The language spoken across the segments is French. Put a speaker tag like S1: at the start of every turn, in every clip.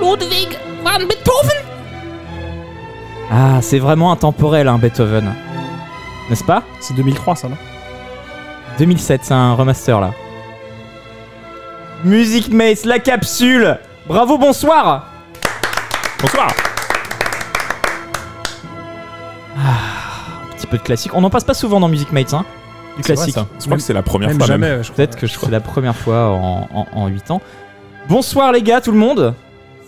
S1: Ludwig van Beethoven
S2: Ah, c'est vraiment intemporel, hein, Beethoven. N'est-ce pas
S3: C'est 2003, ça, non
S2: 2007, c'est un remaster là. Music Mace, la capsule Bravo, bonsoir
S4: Bonsoir.
S2: Un petit peu de classique. On n'en passe pas souvent dans Music Mates, hein Du
S3: C'est vrai,
S2: classique.
S3: ça.
S4: Je crois que c'est la première
S3: Même
S4: fois
S3: jamais,
S4: même.
S3: je crois.
S2: Peut-être que c'est la première fois en, en, 8 ans. Bonsoir les gais, tout le monde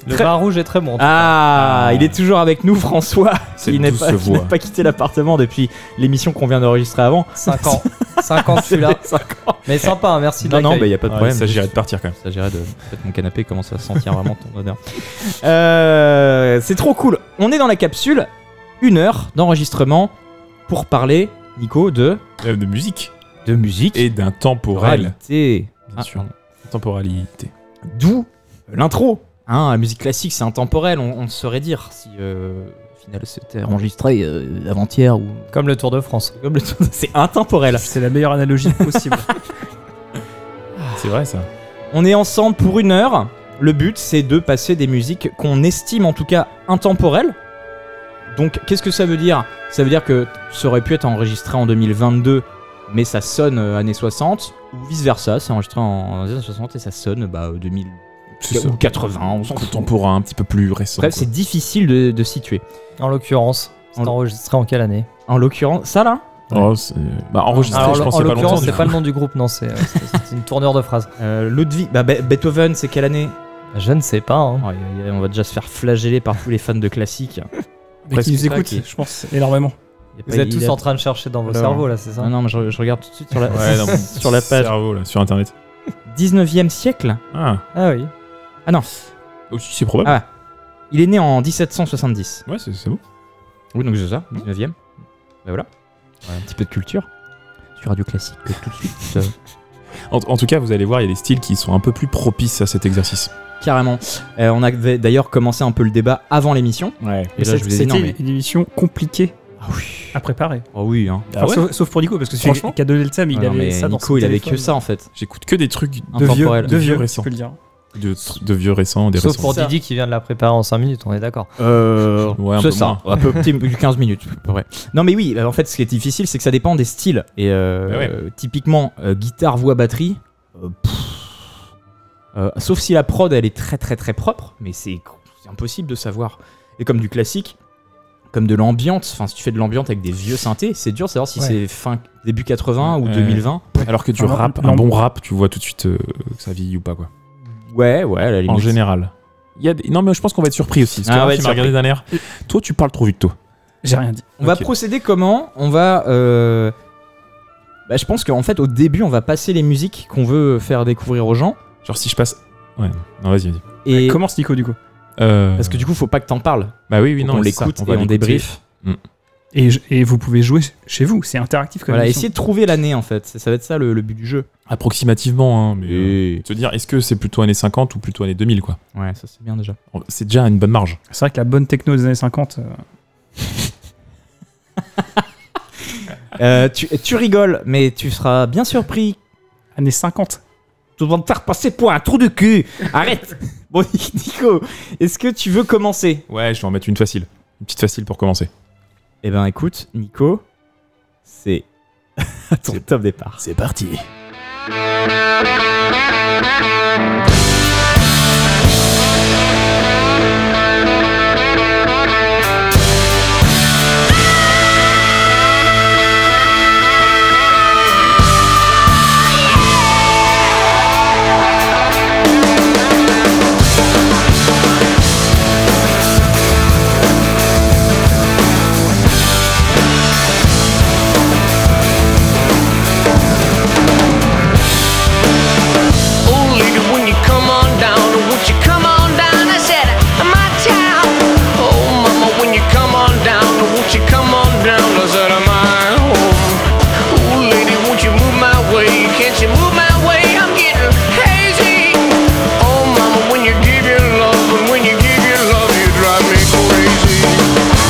S5: Le
S2: Très-
S5: vin rouge est très bon.
S2: Ah,
S4: Ah.
S2: il est toujours avec nous, François,
S4: C'est
S2: qui n'est
S4: douce
S2: pas, qui
S4: voix.
S2: n'a pas quitté l'appartement depuis l'émission qu'on vient d'enregistrer avant.
S5: 5 ans. 5 ans, celui-là. Mais sympa, hein, merci de
S2: Non, non,
S5: l'accueil.
S2: bah, il n'y a pas de
S4: Ouais,
S2: problème.
S4: il s'agirait de partir quand même.
S2: Il s'agirait de peut-être mon canapé commence à sentir vraiment ton odeur. Euh, c'est trop cool. On est dans la capsule, une heure d'enregistrement pour parler, Nico, de
S4: Euh, De musique
S2: de musique
S4: et d'intemporel.
S2: temporalité.
S4: Bien
S2: Ah,
S4: sûr.
S2: pardon.
S4: Temporalité.
S2: D'où l'intro. Hein, la musique classique, c'est intemporel. On, on saurait dire si euh, au final c'était enregistré euh, avant-hier ou
S5: Comme le Tour de France.
S2: comme le C'est intemporel.
S3: C'est la meilleure analogie possible.
S4: C'est vrai ça.
S2: On est ensemble pour une heure. Le but, c'est de passer des musiques qu'on estime en tout cas intemporelles. Donc, qu'est-ce que ça veut dire Ça veut dire que ça aurait pu être enregistré en 2022, mais ça sonne euh, années 60, ou vice-versa, c'est enregistré en années 60 et ça sonne bah, 2000
S4: C'est ça.
S2: ou 80, on s'en fout.
S4: Contemporain, un petit peu plus récent.
S2: Bref,
S4: quoi.
S2: c'est difficile de, de situer.
S5: En l'occurrence, c'est
S2: En-
S5: enregistré en quelle année
S2: En l'occurrence, ça là
S4: Oh, c'est- bah, enregistré,
S5: Alors,
S4: je
S5: en
S4: pense, il y a pas longtemps.
S5: l'occurrence,
S4: du
S5: c'est
S4: coup.
S5: pas le nom du groupe, non, c'est euh, c'est- c'est une tournure de phrase.
S2: euh, Ludwig, bah, Be- Beethoven, c'est quelle année
S5: Je ne sais pas. hein.
S2: Oh, y- y- On va déjà se faire flageller par tous les fans de classiques.
S3: Mais qui nous
S2: Presque.
S3: écoute, je pense, énormément.
S2: Y a
S5: Vous
S2: pas-
S5: êtes
S2: il y
S5: tous
S2: a-
S5: en train de chercher dans vos
S2: Alors-
S5: cerveaux, là, c'est ça
S2: Non, non, mais je, je regarde tout de suite sur la,
S4: Ouais, non,
S2: sur la page.
S4: Cerveau, là, sur internet.
S2: 19e siècle
S4: Ah,
S5: Ah oui.
S2: Ah non,
S4: Oh, si, c'est probable.
S2: Ah. il est né en 1770.
S4: Ouais, c'est c'est beau.
S2: Oui, donc c'est ça, 19e. Ben voilà. un petit peu de culture. Sur Radio Classique, euh, tout de suite. euh,
S4: En, en tout cas, vous allez voir, il y a des styles qui sont un peu plus propices à cet exercice.
S2: carrément. Euh, on avait d'ailleurs commencé un peu le débat avant l'émission.
S4: Ouais.
S2: Et là, je vous ai dit non,
S3: C'était
S2: mais.
S3: une émission compliquée
S2: Ah oui.
S3: à préparer.
S2: Ah oui, hein.
S4: Ah ouais
S3: sauf, sauf pour Nico, parce que c'est
S4: Franchement
S3: lui qui a donné le thème, il
S2: Ah non,
S3: avait
S2: mais
S3: ça dans
S2: Nico,
S3: son
S2: il avait que
S3: téléphone.
S2: ça en fait.
S4: J'écoute que des trucs
S3: De vieux,
S2: Intemporel.
S3: de vieux,
S4: récent.
S3: tu peux le dire.
S4: de, de vieux récents, des
S5: Sauf
S4: récents.
S5: pour
S2: ça.
S5: Didi qui vient de la préparer en 5 minutes, on est d'accord.
S2: Euh,
S4: Ouais, un
S2: c'est
S4: peu
S2: ça, un peu petit, 15 minutes. à peu près. Non mais oui, euh, en fait ce qui est difficile c'est que ça dépend des styles. Et euh,
S4: Bah ouais.
S2: euh, typiquement euh, guitare, voix, batterie, euh, pff, euh, sauf si la prod elle est très très très propre, mais c'est c'est impossible de savoir. Et comme du classique, comme de l'ambiance, enfin si tu fais de l'ambiance avec des vieux synthés, c'est dur de savoir si
S3: Ouais.
S2: c'est fin début 80 ou
S4: Ouais.
S2: 2020.
S4: Alors
S2: Ah
S4: que du
S3: Enfin,
S4: rap,
S3: non,
S4: un
S3: non.
S4: bon rap, tu vois tout de suite euh, que ça vieillit ou pas, quoi.
S2: Ouais, ouais, à la
S4: En
S2: limite.
S4: général. Il y a des- Non, mais je pense qu'on va être surpris aussi. Parce que
S2: Ah, on
S4: moi,
S2: va
S4: tu
S2: être
S4: m'as regardé d'un air. Toi, tu parles trop vite, toi.
S3: J'ai rien dit.
S2: On va
S4: Ok.
S2: procéder comment On va. euh, bah, je pense qu'en fait, au début, on va passer les musiques qu'on veut faire découvrir aux gens.
S4: Genre, si je passe. Ouais, non, vas-y, vas-y.
S2: Et
S3: Commence Nico, du coup.
S4: Euh,
S2: parce que du coup, faut pas que t'en parles.
S4: Bah oui, oui,
S2: Faut
S4: non,
S2: qu'on
S4: mais c'est ça,
S2: l'écoute
S4: va
S2: et on
S4: l'écouter.
S2: débrief.
S3: Et, je- et vous pouvez jouer chez vous, c'est interactif comme
S2: Voilà,
S3: émission.
S2: essayer de trouver l'année en fait. Ça, ça va être ça le, le but du jeu.
S4: Approximativement, hein, mais. euh,
S2: Et-
S4: Te dire, est-ce que c'est plutôt années 50 ou plutôt années 2000, quoi.
S2: Ouais, ça c'est bien déjà.
S4: C'est déjà une bonne marge.
S3: C'est vrai que la bonne techno des années 50, euh,
S2: Euh, tu, tu rigoles, mais tu seras bien surpris.
S3: années 50.
S2: Tout le monde te faire passer pour un trou de cul. Arrête. bon, Nico, est-ce que tu veux commencer
S4: Ouais, je vais en mettre une facile. Une petite facile pour commencer.
S2: Eh ben, écoute, Nico, c'est ton top départ.
S4: C'est parti.
S6: Only when you come Oh, Oh,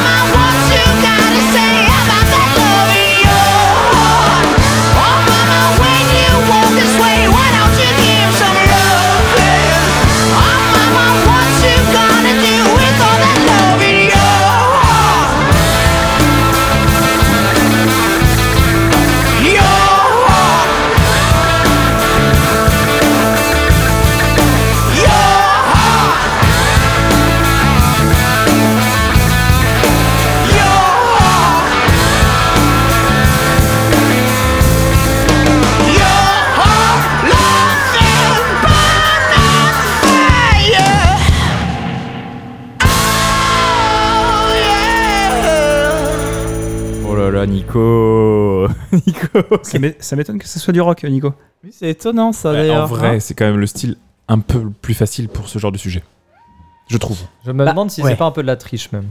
S7: Oh, Oh,
S2: Oh là, Nico Nico
S3: Ça m'é- Ça m'étonne que ce soit du rock, Nico.
S2: C'est étonnant ça
S4: Ouais,
S2: d'ailleurs.
S4: en vrai, c'est quand même le style un peu plus facile pour ce genre de sujet. Je trouve.
S5: Je me
S2: Bah,
S5: demande si
S2: ouais.
S5: c'est pas un peu de la triche même.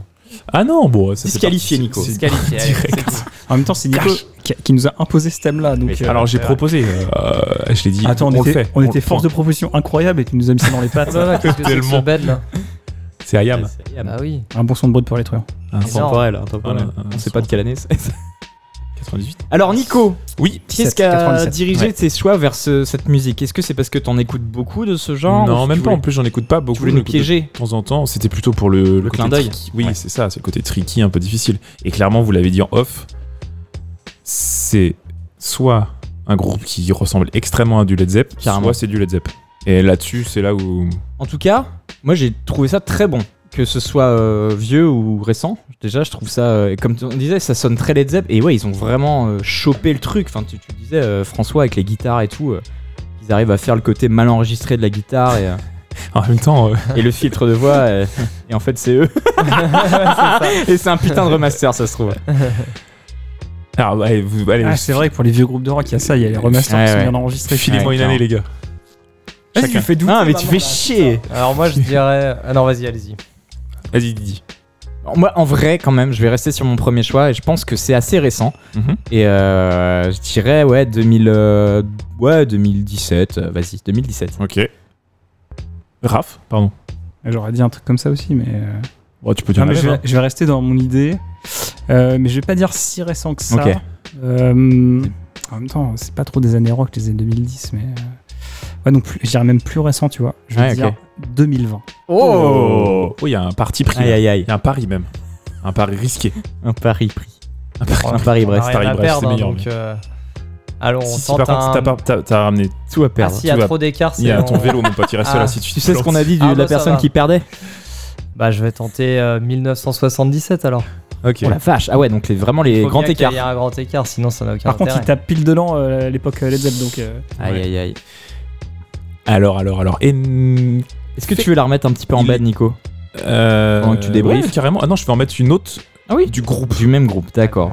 S4: Ah non, bon, ça fait
S2: Disqualifié, Nico.
S4: partie- c'est-
S1: Disqualifié. allez,
S4: Direct.
S1: c'est tout.
S3: En même temps, c'est Nico qui, qui nous a imposé ce thème-là. Donc,
S4: c'est-
S3: euh, Ah,
S4: Alors j'ai proposé, euh, je l'ai dit.
S3: Attends, on,
S4: le
S3: était,
S4: fait,
S3: on
S4: le
S3: était force de
S4: prend.
S3: proposition incroyable et tu nous as mis ça dans les pattes.
S5: Ah, bah, Qu'est-ce que c'est que ce
S4: Tellement.
S5: bed là
S4: Ah, C'est hein, Ayam.
S5: Bah oui.
S3: Un bon son de brode pour les truands.
S4: Un cent-
S2: Intemporel, intemporel.
S4: Voilà,
S2: On sait pas de quelle année c'est.
S4: 98.
S2: Alors Nico,
S4: Oui.
S2: qu'est-ce
S3: 17,
S2: qui a
S3: 97.
S2: dirigé tes choix vers ce- cette musique Est-ce que c'est parce que t'en écoutes beaucoup de ce genre
S4: non,
S2: ou
S4: même
S2: tu
S4: pas. En
S2: voulais-
S4: plus, j'en écoute pas beaucoup.
S2: Tu voulais
S4: j'en
S2: nous
S4: écoute de
S2: piéger
S4: de temps en temps, c'était plutôt pour le, le côté
S2: clin d'œil.
S4: tricky. Oui, c'est ça, c'est le côté tricky, un peu difficile. Et clairement, vous l'avez dit en off, c'est soit un groupe qui ressemble extrêmement à du Led Zepp,
S2: Carrément.
S4: soit c'est du Led Zepp. Et là-dessus, c'est là où
S2: En tout cas, moi j'ai trouvé ça très bon. Que ce soit euh, vieux ou récent, déjà je trouve ça, euh, comme on disait, ça sonne très Led Zepp. Et ouais, ils ont vraiment euh, chopé le truc. Enfin, tu, tu disais, euh, François, avec les guitares et tout, euh, ils arrivent à faire le côté mal enregistré de la guitare et, euh,
S4: en même temps, euh,
S2: et le filtre de voix. euh, Et, en fait, c'est eux. et c'est un putain de remaster, ça se trouve.
S4: alors, allez, vous, allez,
S3: Ah, c'est vrai que pour les vieux groupes de rock, il y a ça, il y a les remasters
S2: Ouais,
S3: qui sont
S2: ouais.
S3: bien enregistrés.
S4: filez-moi
S2: Ouais,
S4: une année, les gars.
S3: Chacun.
S2: fais douter. Ah, mais tu fais chier.
S5: Alors moi je dirais. Ah non, vas-y, allez-y.
S4: Vas-y, Didi.
S2: Moi, en vrai, quand même, je vais rester sur mon premier choix et je pense que c'est assez récent.
S4: Mhm.
S2: Et euh, je dirais, ouais, 2000, euh, ouais 2017, euh, vas-y, 2017.
S4: Ok. Raph, pardon.
S3: J'aurais dit un truc comme ça aussi, mais. euh,
S4: Oh, tu peux
S3: non,
S4: dire.
S3: mais
S4: la
S3: je,
S4: même,
S2: hein.
S3: vais, je vais rester dans mon idée. Euh, mais je vais pas dire si récent que ça.
S2: Ok.
S3: Euh, en même temps, c'est pas trop des années rock, les années 2010, mais. euh, Ouais, donc plus, je dirais même plus récent, tu vois. Je vais
S2: Ouais,
S3: dire
S2: ok.
S3: 2020.
S4: hein. Oh, il y a un parti pris.
S2: Aïe
S4: là.
S2: aïe aïe,
S4: Il y a un pari même. Un pari risqué.
S2: un pari pris.
S4: Un pari.
S2: un pari,
S5: On a
S2: bref,
S4: Paris,
S5: rien à
S4: Brest,
S5: perdre,
S4: c'est
S5: hein,
S4: meilleur,
S5: donc.
S4: mais-
S5: euh, Allons, on
S4: si, si,
S5: tente
S4: par contre, t'as
S5: un.
S4: pas- t'as t'as ramené.
S2: Tout à
S5: Ah
S2: perdre.
S5: s'il y a
S4: tu vas-
S5: trop d'écart,
S4: Il y
S5: c'est.
S4: a ton
S5: on-
S4: vélo, mon pote, il reste
S5: Ah.
S4: là si tu
S2: Tu sais ce qu'on a dit de
S5: Ah,
S2: la
S5: bah, ça
S2: personne
S5: va.
S2: qui perdait
S5: Bah je vais tenter euh, 1977 alors.
S4: Ok.
S2: Oh la vache, ah ouais, donc les, vraiment les
S5: Faut
S2: grands
S5: bien qu'il y
S2: écarts.
S5: ait un grand écart, sinon ça n'a aucun
S3: Par contre, il
S5: intérêt.
S3: tape pile dedans euh, à l'époque euh, Led Zepp, donc. euh,
S2: Aïe aïe aïe.
S4: Alors, alors, alors. Et...
S2: Est-ce que tu veux la remettre un petit peu en
S4: Il-
S2: bas, Nico
S4: Euh...
S2: Pendant que tu débriefes.
S4: ouais, carrément. Ah non, je vais en mettre une autre
S2: Ah oui
S4: du groupe.
S2: Du même groupe, d'accord.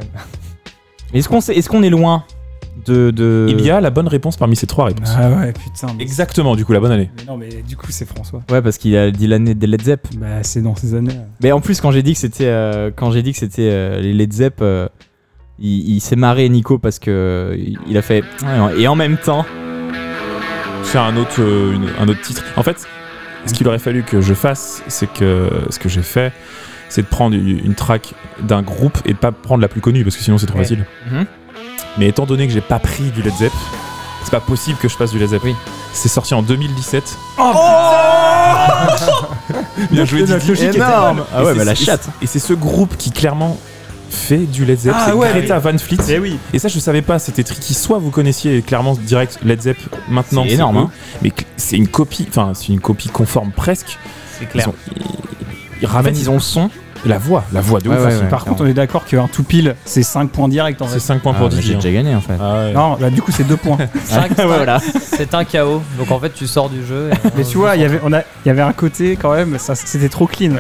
S2: Est-ce qu'on est, est, qu'on est loin de. de...
S4: Il y a la bonne réponse parmi ces trois réponses.
S3: Ah ouais, putain. mais-
S4: Exactement, du coup, la bonne année.
S3: Mais non, mais du coup, c'est François.
S2: Ouais, parce qu'il a dit l'année des Led Zepp.
S3: Bah, c'est dans ces années. euh.
S2: Mais en plus, quand j'ai dit que c'était, euh, quand j'ai dit que c'était euh, les Led Zepp, euh, il, il s'est marré Nico parce que euh, il il a fait et en même temps.
S4: C'est un autre, euh, une- un autre titre. En fait, ce qu'il aurait fallu que je fasse, c'est que ce que j'ai fait, c'est de prendre une une track d'un groupe et de pas prendre la plus connue parce que sinon c'est trop
S5: Ouais.
S4: facile.
S2: Mhm.
S4: Mais étant donné que j'ai pas pris du Led Zepp, c'est pas possible que je fasse du Led Zepp.
S2: Oui.
S4: C'est sorti en 2017.
S3: Oh,
S4: Bien joué,
S2: notre
S4: Didi.
S2: logique était Énorme. bonne. Ah
S4: Et
S2: ouais,
S4: c'est-
S2: bah, la
S4: et c'est-
S2: chatte.
S4: Et c'est ce groupe qui clairement fait du Led Zepp.
S3: Ah
S4: c'est
S3: ouais.
S4: Greta Van Fleet.
S3: Eh oui.
S4: Et ça, je savais pas, c'était tricky. Soit vous connaissiez clairement direct Led Zepp maintenant,
S2: C'est énorme,
S4: eux,
S2: hein.
S4: mais cl- c'est une copie, enfin, c'est une copie conforme presque.
S5: C'est
S4: Ils,
S5: clair.
S4: ont- ils- ils ramènent
S2: ont le son.
S4: la voix, la voix de
S2: Ouais,
S4: ouf.
S2: ouais,
S4: hein.
S2: ouais.
S3: Par contre, on est d'accord qu'un tout pile, c'est 5 points directs en
S4: C'est
S3: fait.
S4: 5 points pour
S2: Ah, bah, j'ai
S4: Didi. hein.
S2: déjà gagné en fait.
S4: Ah ouais.
S3: Non, bah, du coup, c'est 2 points.
S5: Cinq,
S2: Ouais, voilà.
S5: C'est un chaos. Donc en fait, tu sors du jeu. et-
S3: mais tu vois, il y avait- on a- il y avait un côté quand même, ça, c'était trop clean.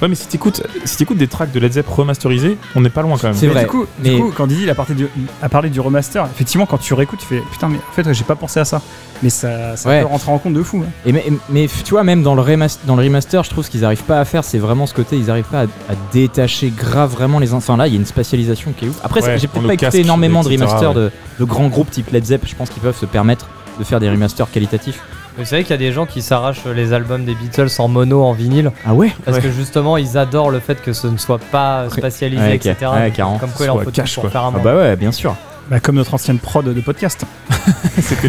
S4: Ouais, mais si t'écoutes si t'écoutes des tracks de Led Zepp remasterisés, on n'est pas loin quand même.
S2: C'est
S3: Mais
S2: vrai.
S3: Du coup,
S2: mais-
S3: du coup, quand Didi il a, parlé du, a parlé du remaster, effectivement, quand tu réécoutes, tu fais putain, mais en fait, ouais, j'ai pas pensé à ça. Mais ça, ça
S2: Ouais.
S3: peut rentrer en compte de fou. hein.
S2: Et mais, mais tu vois, même dans le remaster, dans le remaster je trouve ce qu'ils arrivent pas à faire, c'est vraiment ce côté, ils arrivent pas à, à détacher grave vraiment les uns. Enfin là, il y a une spatialisation qui est ouf. Après,
S4: Ouais,
S2: c'est- j'ai
S4: prendre
S2: peut-être pas
S4: le
S2: écouté
S4: casque,
S2: énormément de
S4: etc.,
S2: remasters
S4: ouais.
S2: de, de grands groupes type Led Zepp, je pense qu'ils peuvent se permettre de faire des remasters qualitatifs.
S5: Vous savez euh, qu'il y a des gens qui s'arrachent les albums des Beatles en mono, en vinyle,
S2: Ah ouais
S5: parce que justement, ils adorent le fait que ce ne soit pas spatialisé,
S2: Ouais, ok.
S5: etc.
S2: Ouais, carrément.
S5: Comme quoi, il en
S4: Soit
S5: faut tout
S4: cash,
S5: pour
S4: quoi.
S5: faire un
S2: Ah
S5: monde.
S2: bah ouais, bien sûr.
S3: Bah, comme notre ancienne prod de podcast.
S4: C'était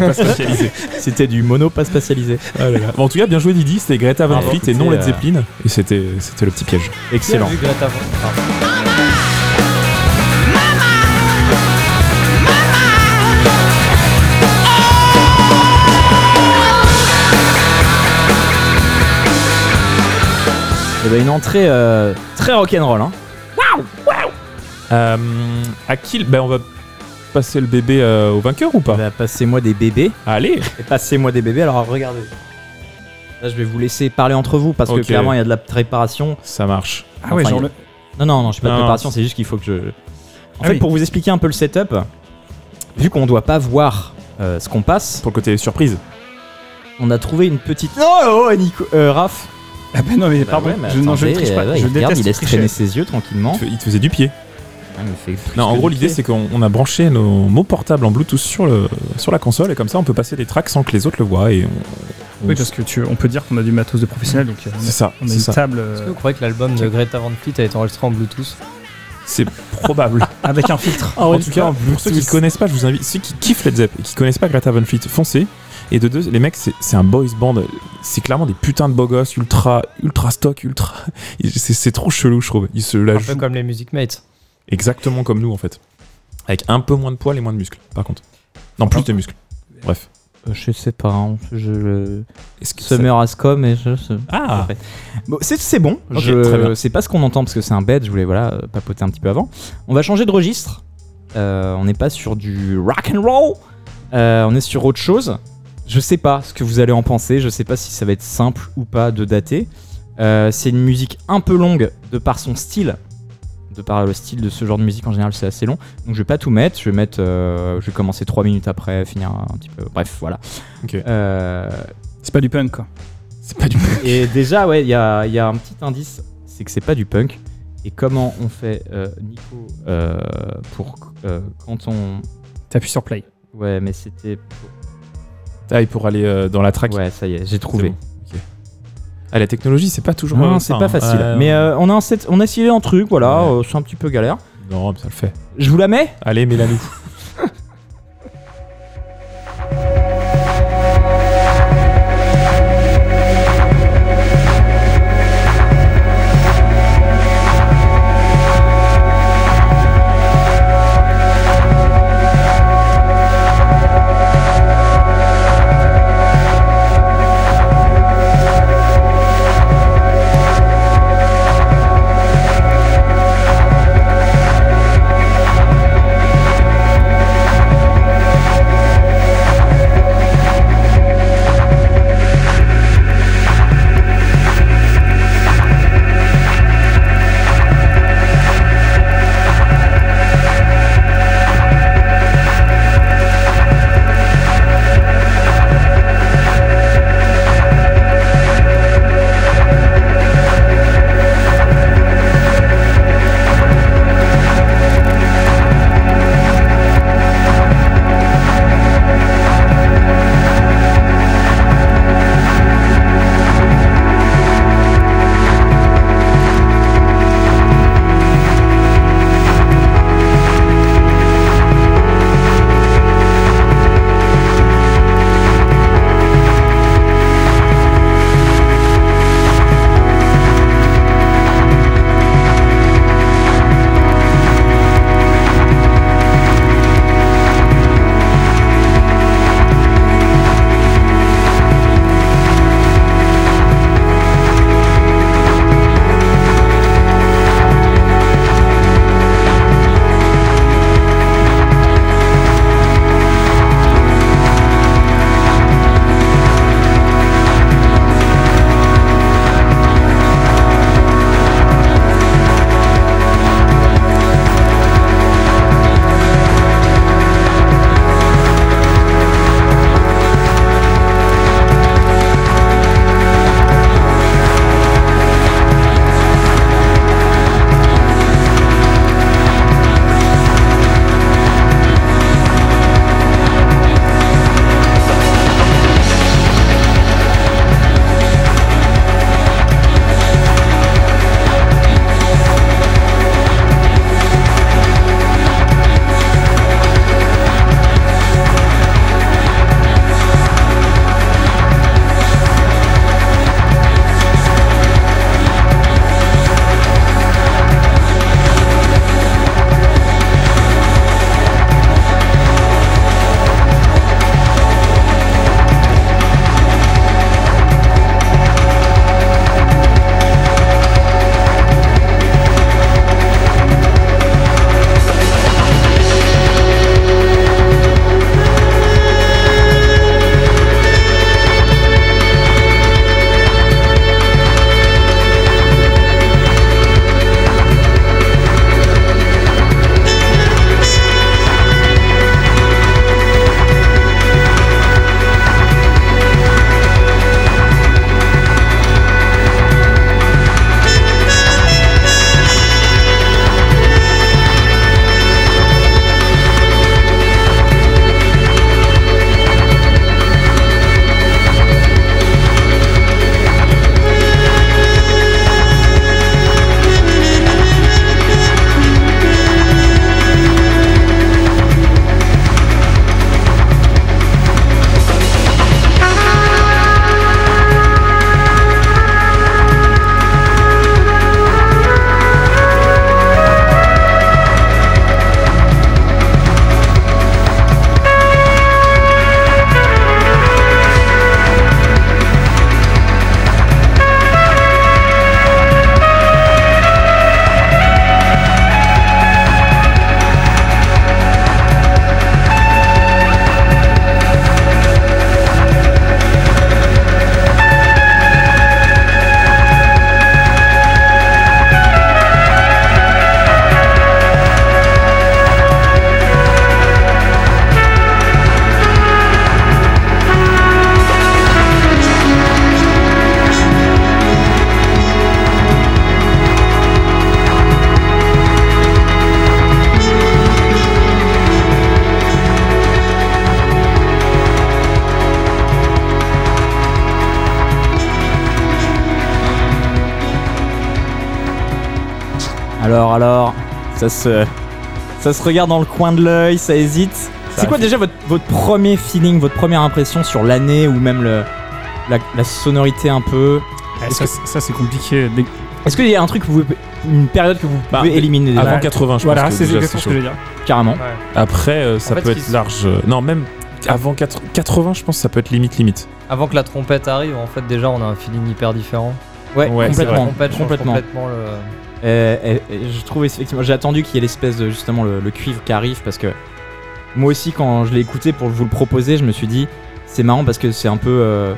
S4: pas spécialisé.
S2: C'était du mono pas spatialisé.
S4: Ah là là. Bon, en tout cas, bien joué Didi, c'était Greta Van
S2: Ah,
S4: Fleet
S2: écoutez,
S4: et non Led
S2: euh,
S4: Zeppelin. Et c'était c'était le petit piège.
S2: Excellent.
S5: Vu que là, t'as- enfin,
S2: Et bah une entrée euh, très rock'n'roll. Hein.
S4: Euh, à qui le- ben, on va passer le bébé euh, au vainqueur ou pas
S2: Bah, passez-moi des bébés.
S4: Allez
S2: Et passez-moi des bébés. Alors regardez. Là, je vais vous laisser parler entre vous parce
S4: Ok.
S2: que clairement, il y a de la préparation.
S4: Ça marche.
S3: Ah ouais,
S2: Enfin,
S3: genre
S2: il-
S3: le-
S2: Non, non, non, je suis pas de
S4: Non,
S2: préparation,
S4: non.
S2: c'est juste qu'il faut que je. En
S3: Ah
S2: fait,
S3: oui.
S2: pour vous expliquer un peu le setup, vu qu'on doit pas voir euh, ce qu'on passe,
S4: Pour le côté surprise.
S2: on a trouvé une petite. Non, oh, Nico, euh, Raph.
S3: Ah bah non, mais
S2: Bah
S3: pardon,
S2: ouais, mais
S3: je, non, je ne
S2: attendez,
S3: triche pas.
S2: euh, ouais,
S3: je
S2: il regarde,
S3: déteste
S2: il laisse
S3: tricher.
S2: traîner ses yeux
S3: Hein
S2: tranquillement.
S4: Il te- Il te faisait du pied.
S2: Ah, il me fait plus
S4: Non, en
S2: que
S4: gros,
S2: du
S4: l'idée,
S2: pied.
S4: c'est qu'on on a branché nos mots portables en Bluetooth sur, le, sur la console et comme ça, on peut passer des tracks sans que les autres le voient. Et on- on-
S3: Oui, parce que tu, on peut dire qu'on a du matos de professionnel, donc euh, on
S4: c'est
S3: a-
S4: ça,
S3: on a
S4: c'est
S3: une
S4: ça.
S3: table
S5: Est-ce
S3: euh,
S5: que vous croyez que l'album de Greta Van Fleet a été enregistré en Bluetooth
S4: C'est probable.
S3: avec un filtre.
S4: en tout cas, pour ceux qui ne connaissent pas, je vous invite, ceux qui kiffent Led Zepp et qui connaissent pas Greta Van Fleet, foncez. Et de deux, les mecs, c'est c'est un boys band. C'est clairement des putains de beaux gosses ultra, ultra stock, ultra. C'est c'est trop chelou, Bah, je trouve. Ils se la
S5: Un peu
S4: jouent
S5: comme les Music Mates.
S4: exactement comme nous, en fait. Avec un peu moins de poils et moins de muscles, par contre. Non,
S3: Ah.
S4: plus de muscles. Bref.
S2: Euh, Je sais pas. hein, je je-
S4: Est-ce que ça-
S2: Summer has come et je. je-
S4: Ah
S2: Bon, c'est c'est bon.
S4: Ok,
S2: je-
S4: très bien.
S2: C'est pas ce qu'on entend parce que c'est un bed. Je voulais voilà euh, papoter un petit peu avant. On va changer de registre. Euh, on n'est pas sur du rock and roll. Euh, on est sur autre chose. Je sais pas ce que vous allez en penser. Je sais pas si ça va être simple ou pas de dater. Euh, c'est une musique un peu longue de par son style. De par le style de ce genre de musique en général, c'est assez long. Donc je vais pas tout mettre. Je vais mettre. euh, je vais commencer 3 minutes après, finir un petit peu. Bref, voilà.
S4: Ok.
S2: Euh,
S3: C'est pas du punk, quoi.
S4: C'est pas du
S2: et déjà, ouais, il y a, il y a un petit indice, c'est que c'est pas du punk. Et comment on fait, euh, Nico, euh, pour euh, quand on.
S3: T'appuies sur play.
S2: Ouais, mais c'était.
S4: Ah, et pour aller euh, dans la track.
S2: Ouais, ça y est, j'ai trouvé.
S4: C'est bon, ok. Ah, la technologie, c'est pas toujours.
S2: Non,
S4: euh,
S2: c'est
S4: ça,
S2: pas
S4: hein.
S2: facile.
S4: Ouais,
S2: mais euh, on, a un set- on a essayé un truc, voilà,
S4: Ouais.
S2: euh, c'est un petit peu galère.
S4: Non, mais ça le fait.
S2: Je vous la mets
S4: Allez, mets-la nous.
S2: Alors, alors, ça se, ça se regarde dans le coin de l'œil, ça hésite. C'est quoi
S4: réfléchit.
S2: déjà votre, votre premier feeling, votre première impression sur l'année ou même le, la, la sonorité un peu
S3: Est-ce que-
S4: ça, c'est compliqué.
S2: Est-ce qu'il y a un truc que vous, une période que vous pouvez
S4: Bah,
S2: éliminer déjà
S4: Avant
S3: Ouais.
S4: 80, je
S3: Voilà,
S4: pense. que
S3: c'est
S4: déjà,
S3: exactement ce
S4: chaud.
S3: que je veux dire.
S2: carrément
S4: Après, euh, ça
S5: fait,
S4: peut
S5: ce qui
S4: être
S5: se-
S4: large. euh, Non, même avant 80, 80, je pense, que ça peut être limite, limite.
S5: Avant que la trompette arrive, en fait, déjà, on a un feeling hyper différent.
S2: Ouais,
S4: Ouais, c'est
S5: La
S2: complètement.
S5: trompette change
S2: complètement.
S5: complètement le...
S2: Euh, euh, euh, je trouve effectivement, j'ai attendu qu'il y ait l'espèce de justement le, le cuivre qui arrive parce que moi aussi quand je l'ai écouté pour vous le proposer, je me suis dit c'est marrant parce que c'est un peu euh,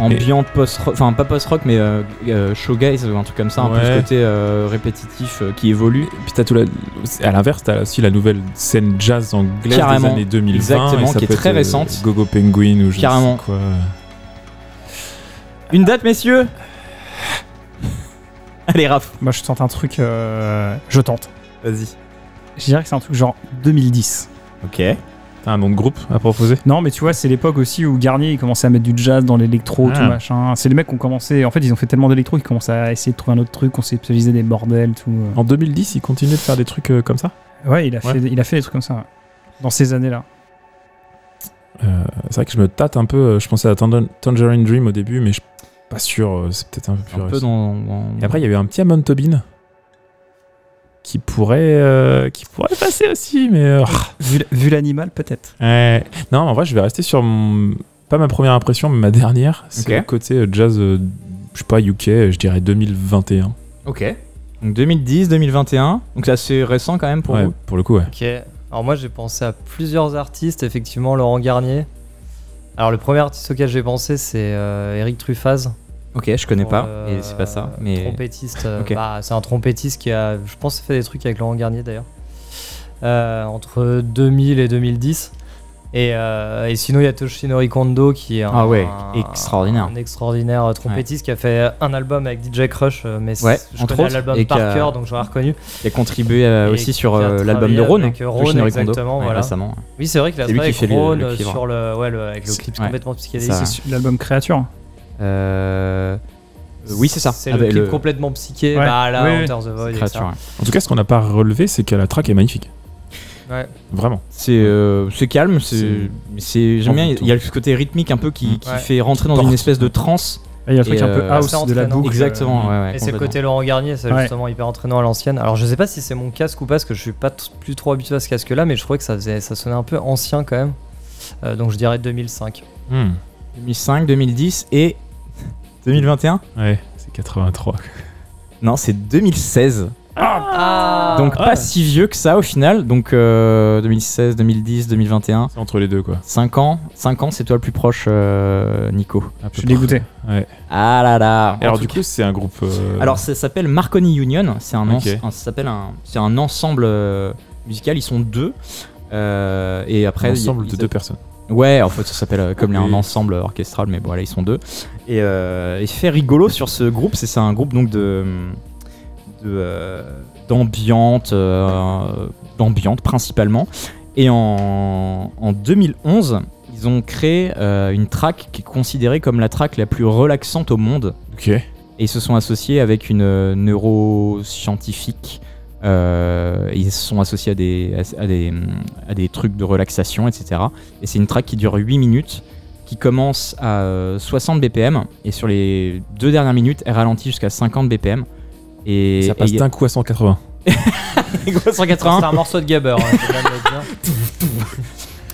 S2: ambiant post-rock, enfin pas post-rock mais euh, euh, shoegaze ou un truc comme ça, un peu
S4: Ouais.
S2: ce côté euh, répétitif euh, qui évolue.
S4: Puis t'as tout la... à l'inverse, t'as aussi la nouvelle scène jazz anglaise
S2: Carrément.
S4: des années 2020.
S2: Exactement,
S4: et ça
S2: qui est
S4: peut
S2: très
S4: être, euh,
S2: récente.
S4: Gogo Penguin ou je
S2: Carrément.
S4: ne sais quoi.
S2: Une date messieurs Allez Raph,
S3: Moi, je tente un truc. euh, je tente.
S2: vas-y.
S3: Je dirais que c'est un truc genre 2010.
S2: Ok.
S4: T'as un nom de groupe à proposer
S3: Non, mais tu vois, c'est l'époque aussi où Garnier il commençait à mettre du jazz dans l'électro,
S4: Ah.
S3: tout machin. C'est les mecs qui ont commencé. En fait, ils ont fait tellement d'électro qu'ils commençaient à essayer de trouver un autre truc, conceptualiser des bordels, tout. euh.
S4: En 2010, il continuait de faire des trucs euh, comme ça
S3: Ouais, il a,
S4: Ouais.
S3: Fait, il a fait des trucs comme ça. ouais. Dans ces années-là.
S4: Euh, C'est vrai que je me tâte un peu. euh, Je pensais à Tanger- Tangerine Dream au début, mais je suis pas sûr. euh, C'est peut-être un peu plus
S2: Un peu
S4: récent.
S2: dans. dans-
S4: Et après, il y a eu un petit Amon Tobin qui pourrait, euh, qui pourrait passer aussi, mais. euh,
S3: Vu, vu l'animal, peut-être.
S4: Ouais. Non, en vrai, je vais rester sur mon... pas ma première impression, mais ma dernière. C'est
S2: Ok.
S4: le côté euh, jazz, euh, je sais pas, UK, euh, je dirais 2021.
S2: Ok. Donc 2010, 2021. Donc c'est assez récent quand même pour
S4: ouais,
S2: vous.
S4: pour le coup, ouais.
S5: Ok. Alors moi, j'ai pensé à plusieurs artistes, effectivement, Laurent Garnier. Alors le premier artiste auquel j'ai pensé, c'est euh, Eric Truffaz.
S2: Ok, je connais
S5: Pour,
S2: pas.
S5: euh,
S2: Et c'est pas ça. Mais.
S5: Trompettiste. euh,
S2: Ok.
S5: bah, c'est un trompettiste qui a, je pense, fait des trucs avec Laurent Garnier d'ailleurs. Euh, entre 2000 et 2010. Et, euh, et sinon, il y a Toshinori Kondo qui est un,
S2: Ah ouais, extraordinaire.
S5: un extraordinaire euh, trompettiste qui a fait un album avec DJ Crush, euh, mais
S2: Ouais,
S5: c'est- je
S2: entre
S5: connais
S2: autres,
S5: l'album
S2: et
S5: par
S2: qui a-
S5: cœur, donc j'aurais reconnu.
S2: qui a contribué euh,
S5: Et
S2: aussi sur
S5: qui a
S2: euh, l'album de
S5: travaillé
S2: Rhône,
S5: avec, euh,
S2: de
S5: Rhône,
S2: Shinori Kondo,
S5: exactement,
S2: ouais,
S5: voilà.
S2: récemment.
S5: Oui, c'est vrai qu'il a
S2: C'est lui
S5: travaillé
S2: qui
S5: avec
S2: fait le-
S5: Rhône
S2: le cuivre.
S5: sur le, ouais, le- avec le
S2: C'est-
S5: clip
S2: ouais.
S5: complètement psychédélique.
S2: Ça-
S3: C'est sur l'album Créature.
S2: Euh, oui, c'est ça.
S5: C'est le
S2: Avec
S5: clip
S2: le-
S5: complètement psyché,
S3: Ouais.
S5: bah, là,
S3: Oui, oui.
S5: Enter the Void, etc.
S2: Créature, ouais.
S4: En tout cas, ce qu'on n'a pas relevé, c'est que la track est magnifique.
S5: Ouais.
S4: Vraiment.
S2: C'est euh, c'est calme, c'est
S4: C'est-
S2: c'est- j'aime bien.
S4: En
S2: Il y a ce côté rythmique un peu qui, qui
S5: Ouais.
S2: fait rentrer dans une
S4: Porte.
S2: espèce de transe.
S3: Et Il y a le truc
S2: Et,
S3: un peu
S2: euh,
S3: house
S5: assez
S3: de la
S5: entraînant.
S3: boucle.
S2: Exactement. ouais, ouais,
S5: euh, Et c'est le
S2: complètement.
S5: côté Laurent Garnier, c'est
S3: Ouais.
S5: justement hyper entraînant à l'ancienne. Alors je sais pas si c'est mon casque ou pas, parce que je suis pas t- plus trop habitué à ce casque-là, mais je trouvais que ça faisait, ça sonnait un peu ancien quand même. Euh, donc je dirais 2005.
S4: Hmm.
S2: 2005, 2010 et 2021.
S4: Ouais, c'est 83.
S2: Non, c'est 2016.
S5: Ah
S2: Donc
S4: Ah.
S2: pas si vieux que ça au final. Donc euh, 2016, 2010, 2021.
S4: C'est entre les deux, quoi.
S2: 5 ans, 5 ans, c'est toi le plus proche, euh, Nico.
S4: à peu
S3: Je suis
S4: près.
S3: dégoûté.
S4: Ouais.
S2: Ah là là.
S4: Et alors,
S2: En
S4: du
S2: tout
S4: coup, c'est un groupe. euh,
S2: Alors ça s'appelle Marconi Union, c'est un,
S4: Ok.
S2: ense- un- ça s'appelle un, c'est un ensemble euh, musical, ils sont deux. Euh, et après,
S4: un ensemble
S2: ils-
S4: de
S2: ils-
S4: deux personnes.
S2: Ouais, en fait, ça s'appelle euh, comme
S4: Oui.
S2: un ensemble orchestral, mais bon, là, ils sont deux. Et, euh, et ce qui fait rigolo sur ce groupe, c'est c'est un groupe donc de de, euh, d'ambiante, euh, d'ambiante principalement. Et en, en 2011, ils ont créé euh, une track qui est considérée comme la track la plus relaxante au monde.
S4: Ok.
S2: Et ils se sont associés avec une euh, neuroscientifique. euh, ils se sont associés à des, à, à des, hum, à des trucs de relaxation, etc. Et c'est une track qui dure 8 minutes, qui commence à euh, 60 BPM, et sur les deux dernières minutes, elle ralentit jusqu'à 50 BPM. Et,
S4: ça passe
S2: et-
S4: d'un coup à 180.
S5: c'est
S2: 180.
S5: un morceau de Gabber. hein, je vais même le dire.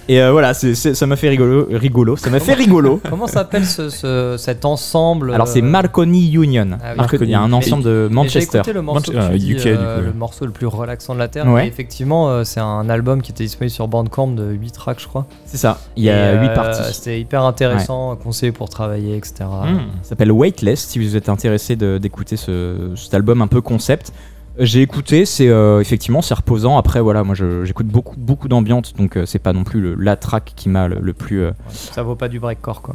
S2: Et euh, voilà, c'est- c'est- ça m'a fait rigolo, rigolo. Ça m'a fait rigolo.
S5: Comment s'appelle ce, ce- cet ensemble
S2: Alors c'est
S5: euh,
S2: Marconi Union.
S5: Ah oui.
S2: Marconi. Il y a un
S5: Mais-
S2: ensemble de
S5: mais J'ai
S2: Manchester.
S5: écouté le morceau,
S4: Manche-
S5: que tu
S4: ah,
S5: dis,
S4: UK,
S5: euh,
S4: du coup, ouais.
S5: le morceau le plus relaxant de la Terre.
S2: Ouais.
S5: Et effectivement, euh, c'est un album qui était disponible sur Bandcamp de 8 tracks, je crois.
S2: C'est ça. Il y a
S5: Et,
S2: 8
S5: euh,
S2: parties. Mm.
S5: C'était hyper intéressant, conseillé pour travailler, etc.
S4: Hmm.
S2: Ça s'appelle Weightless si vous êtes intéressé de- d'écouter ce, cet album un peu concept. J'ai écouté, c'est euh, effectivement c'est reposant. Après voilà, moi je- j'écoute beaucoup beaucoup d'ambiance, donc euh, c'est pas non plus le- la track qui m'a le, le plus euh,
S5: Ça vaut pas du breakcore, quoi.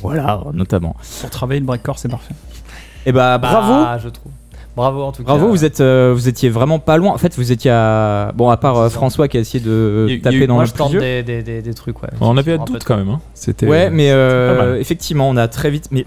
S2: voilà notamment.
S3: Pour travailler le breakcore, c'est parfait.
S2: Et bah, bravo,
S5: Bah, je trouve. Bravo en tout cas.
S2: bravo, vous êtes euh, vous étiez vraiment pas loin. En fait vous étiez à bon à part euh,
S5: C'est ça.
S2: François qui a essayé de euh,
S4: Il y a eu- il y a
S2: taper
S4: eu-
S2: dans
S5: Moi,
S2: le
S5: je tente
S2: plus vieux.
S5: des, des, des, des trucs, ouais.
S4: On avait un
S5: Un peu
S4: doute
S5: de-
S4: quand même. Hein. C'était.
S2: Ouais, mais euh,
S4: pas mal.
S2: effectivement, on a très vite. Mais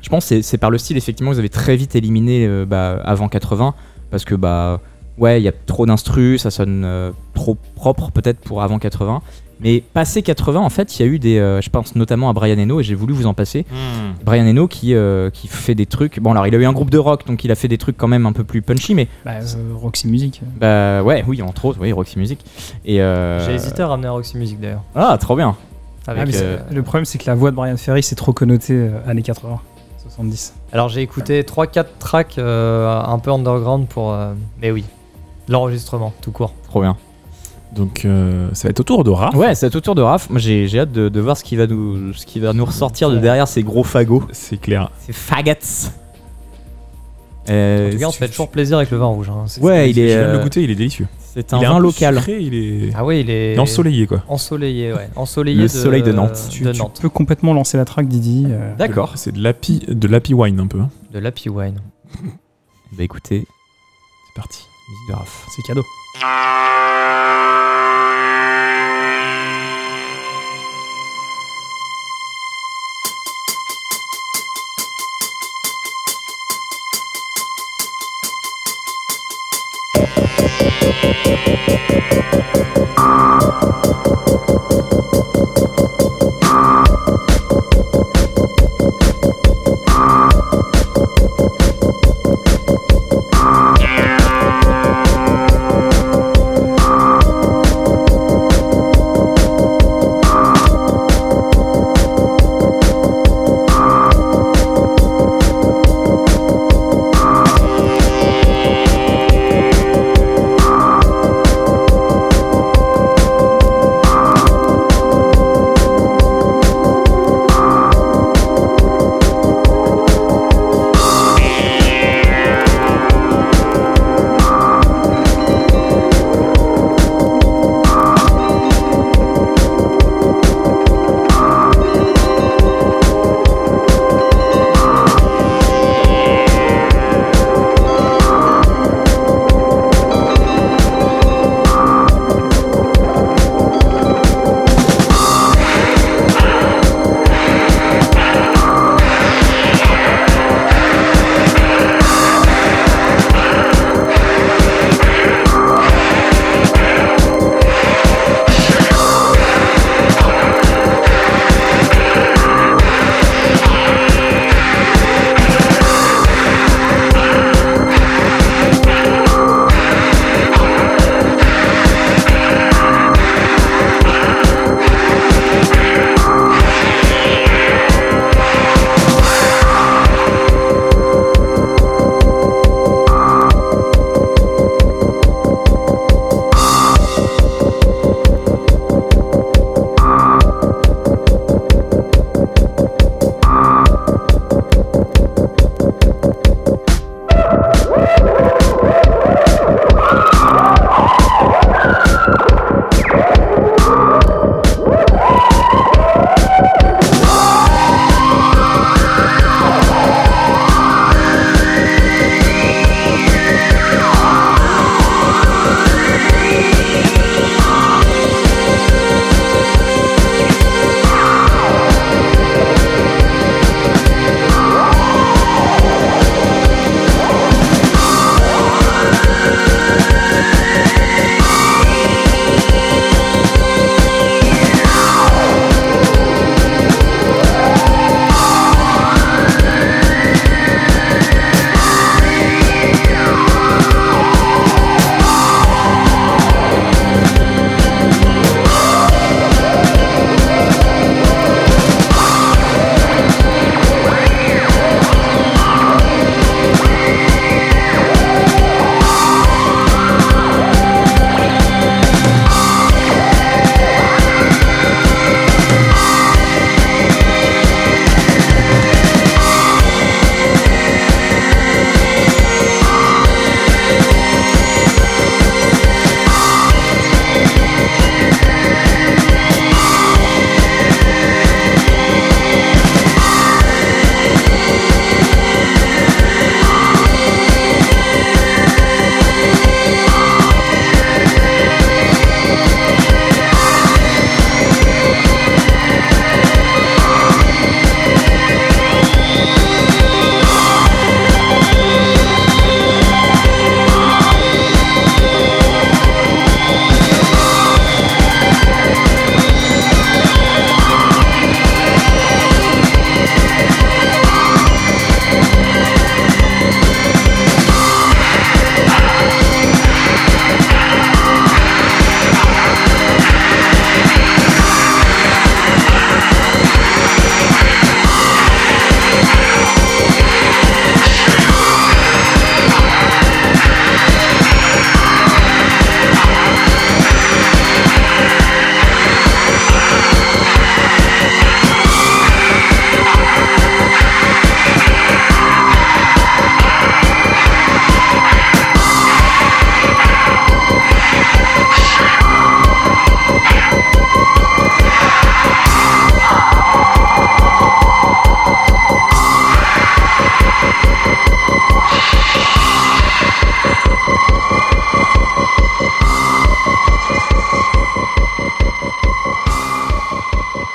S2: je pense que c'est- c'est par le style, effectivement, vous avez très vite éliminé euh, bah, avant 80. parce que bah ouais, il y a trop d'instrus, ça sonne euh, trop propre peut-être pour avant 80. Mais passé 80, en fait, il y a eu des, euh, je pense notamment à Brian Eno et j'ai voulu vous en passer.
S4: Hmm.
S2: Brian Eno qui euh, qui fait des trucs. Bon alors, il a eu un groupe de rock, donc il a fait des trucs quand même un peu plus punchy, mais
S3: Bah, euh, Roxy Music.
S2: bah ouais, oui, entre autres, oui, Roxy Music. Et euh,
S5: J'ai hésité à ramener Roxy Music d'ailleurs.
S2: Ah, trop bien.
S5: Avec,
S3: Ah, mais c'est-
S5: euh,
S3: Le problème, c'est que la voix de Brian Ferry, c'est trop connoté euh, années 80, 70.
S5: Alors j'ai écouté 3-4 tracks euh, un peu underground pour. euh, mais oui, l'enregistrement tout court.
S2: Trop bien.
S4: Donc, euh, ça va être au tour de Raph.
S2: Ouais, c'est au tour de Raph. Moi, j'ai j'ai hâte de, de voir ce qui va nous, ce qui va nous ressortir de derrière ces gros fagots.
S4: C'est clair.
S2: Ces faggots. Euh,
S5: En tout cas, on se fait toujours plaisir avec le vin rouge. hein. C'est-
S2: Ouais, il
S4: J'ai
S2: est.
S4: même
S2: euh,
S4: le goûter, il est délicieux.
S2: C'est un
S4: il est
S2: vin
S4: peu
S2: local.
S4: sucré, il est
S5: Ah oui, il est.
S4: il est ensoleillé, quoi.
S5: Ensoleillé, ouais. Ensoleillé
S2: Le
S5: de,
S2: soleil de Nantes.
S3: Tu,
S5: de
S3: tu
S5: Nantes.
S3: peux complètement lancer la track, Didi. euh,
S2: D'accord.
S4: C'est de l'happy de l'happy wine un peu. hein.
S5: De l'Happy Wine.
S2: Bah écoutez,
S4: C'est parti.
S2: musique de Raph.
S3: c'est cadeau.
S6: Thank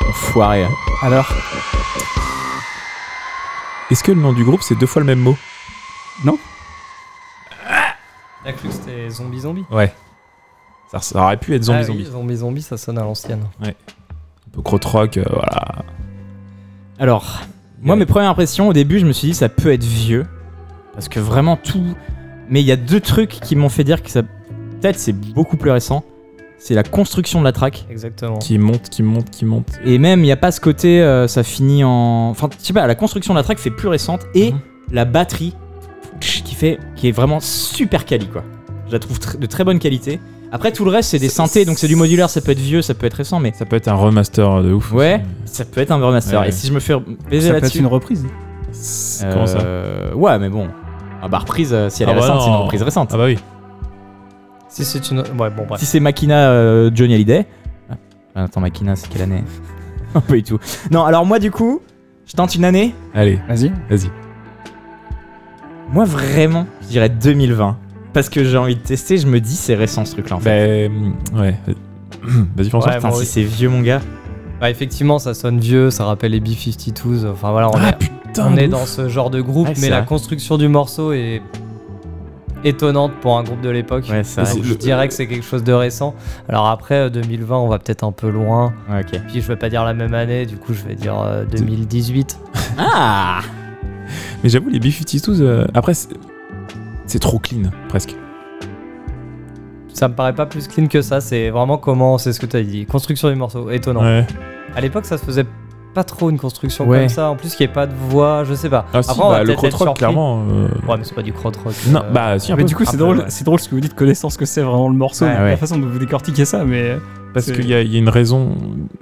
S2: enfoiré.
S3: Alors,
S4: Est-ce que le nom du groupe, c'est deux fois le même mot
S5: T'as cru que c'était Zombie Zombie
S4: Ouais. Ça, ça aurait pu être Zombie
S5: Ah oui,
S4: Zombie.
S5: Zombie Zombie, ça sonne à l'ancienne.
S4: Un peu crotrock, euh, voilà.
S2: Alors, moi, mes premières impressions, au début, je me suis dit, ça peut être vieux. Parce que vraiment tout. Mais il y a deux trucs qui m'ont fait dire que ça. Peut-être c'est beaucoup plus récent. C'est la construction de la track.
S5: Exactement.
S4: Qui monte, qui monte, qui monte.
S2: Et même, il n'y a pas ce côté, euh, ça finit en. Enfin, je sais pas, la construction de la track fait plus récente. Et
S4: Mhm.
S2: la batterie, qui fait. qui est vraiment super quali, quoi. Je la trouve tr- de très bonne qualité. Après, tout le reste, c'est des
S4: C'est-
S2: synthés, donc c'est du modulaire, ça peut être vieux, ça peut être récent, mais
S4: Ça peut être un remaster de ouf.
S2: Ouais. ça peut être un remaster.
S4: Ouais.
S2: Et si je me fais baiser
S3: ça peut être
S2: là-dessus.
S3: une reprise.
S4: C'est- Comment ça
S2: Euh, Ouais, mais bon. Ah bah reprise, euh, si elle est
S4: Ah bah
S2: récente, c'est une
S4: non.
S2: reprise récente.
S4: Ah bah oui.
S5: Si c'est une. Ouais, bon, bref.
S2: Si c'est Makina euh, Johnny Hallyday. Ah, Attends, Makina, c'est quelle année Pas du tout. Non, alors moi du coup, je tente une année.
S4: Allez,
S3: Vas-y.
S4: vas-y.
S2: Moi vraiment, je dirais 2020. Parce que j'ai envie de tester, je me dis c'est récent ce truc-là en fait.
S4: Ben, ouais. Vas-y, François.
S5: Ouais,
S2: Putain,
S5: moi
S2: si
S5: aussi.
S2: c'est vieux mon gars.
S5: Bah, effectivement, ça sonne vieux, ça rappelle les B-52s. Enfin voilà, on, est,
S4: putain,
S5: on
S4: de
S5: est
S4: ouf.
S5: dans ce genre de groupe,
S2: Ouais, c'est
S5: mais la
S2: vrai.
S5: construction du morceau est étonnante pour un groupe de l'époque.
S2: Ouais, ça.
S5: Donc, je dirais que c'est quelque chose de récent. Alors après, euh, 2020, on va peut-être un peu loin.
S2: Ouais, ok.
S5: Puis je vais pas dire la même année, du coup, je vais dire euh, 2018.
S2: Ah
S4: Mais j'avoue, les B-52s, euh, après, c'est c'est trop clean, presque.
S5: Ça me paraît pas plus clean que ça. C'est vraiment comment, c'est ce que t'as dit. Construction du morceau, étonnant.
S4: Ouais.
S5: À l'époque, ça se faisait pas trop une construction
S2: Ouais.
S5: comme ça. En plus, qu'il n'y ait pas de voix, je sais pas.
S4: Ah si,
S5: Après, on va
S4: bah, le
S5: peut-être être
S4: crotrock,
S5: surpris.
S4: clairement. euh,
S5: Ouais, mais c'est pas du crotrock.
S4: Non,
S5: euh,
S4: bah si, un
S3: mais
S4: peu.
S3: du coup,
S5: un
S3: c'est
S5: peu,
S3: drôle,
S5: ouais.
S3: c'est drôle ce que vous dites, connaissant ce que c'est vraiment le morceau,
S2: Ouais, ouais.
S3: la façon dont vous décortiquez ça, mais
S4: parce
S3: c'est-
S4: qu'il y, a il y a une raison.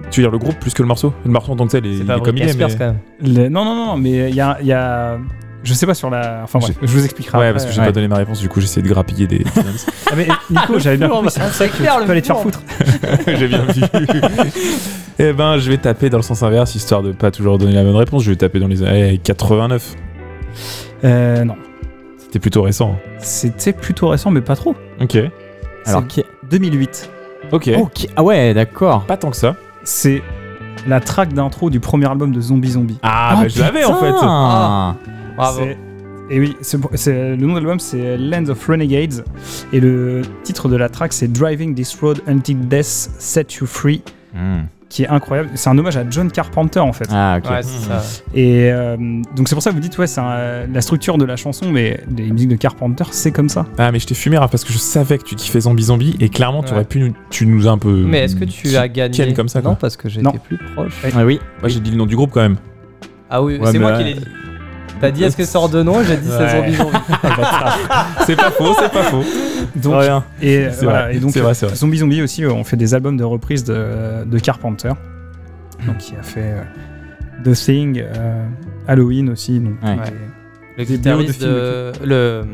S4: Tu veux dire le groupe plus que le morceau Le morceau en tant que tel, il
S5: c'est
S4: il
S5: pas
S4: est comme il est.
S5: Britney
S4: Mais...
S5: Spears, quand même.
S3: le- non, non, non, mais il y a, il y a- je sais pas sur la, enfin bref, je vous expliquerai.
S4: Ouais,
S3: après.
S4: parce que j'ai pas donné ma réponse, du coup j'essaie de grappiller des. des indices.
S3: Ah, mais Nico, j'avais bien compris.
S5: C'est clair,
S3: Tu peux aller te faire foutre.
S4: j'ai bien vu. eh ben, je vais taper dans le sens inverse, histoire de pas toujours donner la bonne réponse. Je vais taper dans les années 89.
S3: Euh, non,
S4: C'était plutôt récent.
S3: c'était plutôt récent, mais pas trop.
S4: Ok.
S2: Alors, qui...
S3: 2008.
S4: Ok.
S2: oh, qui- ah ouais, d'accord.
S4: Pas tant que ça.
S3: C'est la track d'intro du premier album de Zombie Zombie.
S4: Ah,
S2: Oh,
S4: bah je l'avais en fait.
S2: putain.
S5: Bravo.
S3: C'est- Et oui, c'est- c'est- le nom de l'album c'est Lands of Renegades et le titre de la track c'est Driving This Road Until Death Set You Free,
S2: Hmm.
S3: qui est incroyable. C'est un hommage à John Carpenter en fait.
S2: Ah, ok.
S5: Ouais, c'est
S4: Hmm.
S5: ça.
S3: Et euh, donc c'est pour ça que vous dites ouais, c'est un- la structure de la chanson, mais les musiques de Carpenter c'est comme ça.
S4: Ah, mais je t'ai fumé, Raph, parce que je savais que tu kiffais Zombie Zombie et clairement tu
S5: Ouais.
S4: aurais pu nous. Tu nous as un peu.
S5: Mais est-ce que tu as gagné
S4: tienne Euh, comme ça,
S5: Non,
S4: quoi.
S5: parce que
S3: Non.
S5: j'étais plus proche.
S2: Ah oui.
S4: Moi j'ai dit le nom du groupe quand même.
S5: Ah oui,
S4: Ouais, mais
S5: c'est moi
S4: là-
S5: qui l'ai dit. T'as dit est-ce que c'est hors de nom J'ai dit c'est
S3: Ouais.
S5: zombie zombie.
S4: c'est pas faux, c'est pas faux.
S3: Ah, bah, Donc,
S2: Rien.
S3: et, euh,
S4: C'est
S3: voilà,
S4: vrai,
S3: et donc
S4: c'est vrai, c'est vrai.
S3: Zombie Zombie aussi, euh, on fait des albums de reprises de, de Carpenter.
S4: Hmm.
S3: Donc il a fait euh, The Thing, euh, Halloween aussi. donc,
S2: Ouais.
S3: des-
S5: Le
S3: Des bios de
S5: guitariste
S3: films
S5: de. Le hum,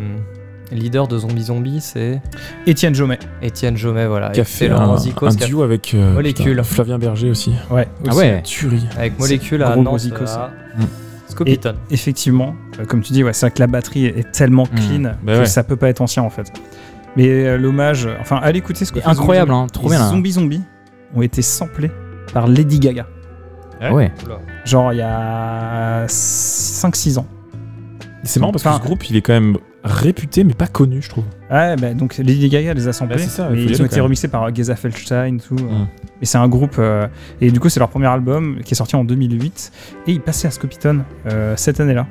S5: leader de zombie zombie, c'est
S3: Étienne Jomet.
S5: Étienne Jomet, voilà.
S4: Qui a
S5: Et
S4: fait
S5: c'est
S4: un,
S5: Laurent Zico,
S4: un
S5: ce qu'a-
S4: duo avec euh,
S5: Molécule.
S4: putain, Flavien Berger aussi.
S3: Ouais.
S2: Ah
S4: Aussi,
S2: ouais.
S4: tuerie.
S5: avec Molécule
S3: c'est
S5: à
S3: gros, gros
S5: Nantes.
S3: Zico, ça.
S5: à
S4: Hum.
S5: Scopiton.
S3: effectivement, euh, comme tu dis, ouais, c'est vrai que la batterie est tellement clean
S4: bah
S3: que
S4: ouais.
S3: ça peut pas être ancien en fait. Mais euh, l'hommage, euh, enfin, allez écouter ce que
S2: C'est incroyable, hein. Trop bien là.
S3: Zombie Zombie ont été samplés par Lady Gaga.
S2: Ah ouais.
S3: Genre il y a 5-6 ans.
S4: C'est marrant parce que
S3: Enfin-
S4: ce groupe il est quand même réputé mais pas connu, je trouve.
S3: Ouais, bah, donc Lady Gaga les a samplés.
S4: Bah, c'est ça,
S3: mais
S4: faut y
S3: ils
S4: aller,
S3: ont
S4: quand
S3: été
S4: même.
S3: remixés par euh, Geza Feldstein, tout. euh.
S4: Mm.
S3: Et c'est un groupe. euh, et du coup, c'est leur premier album qui est sorti en 2008. Et ils passaient à Scopiton euh, cette année-là.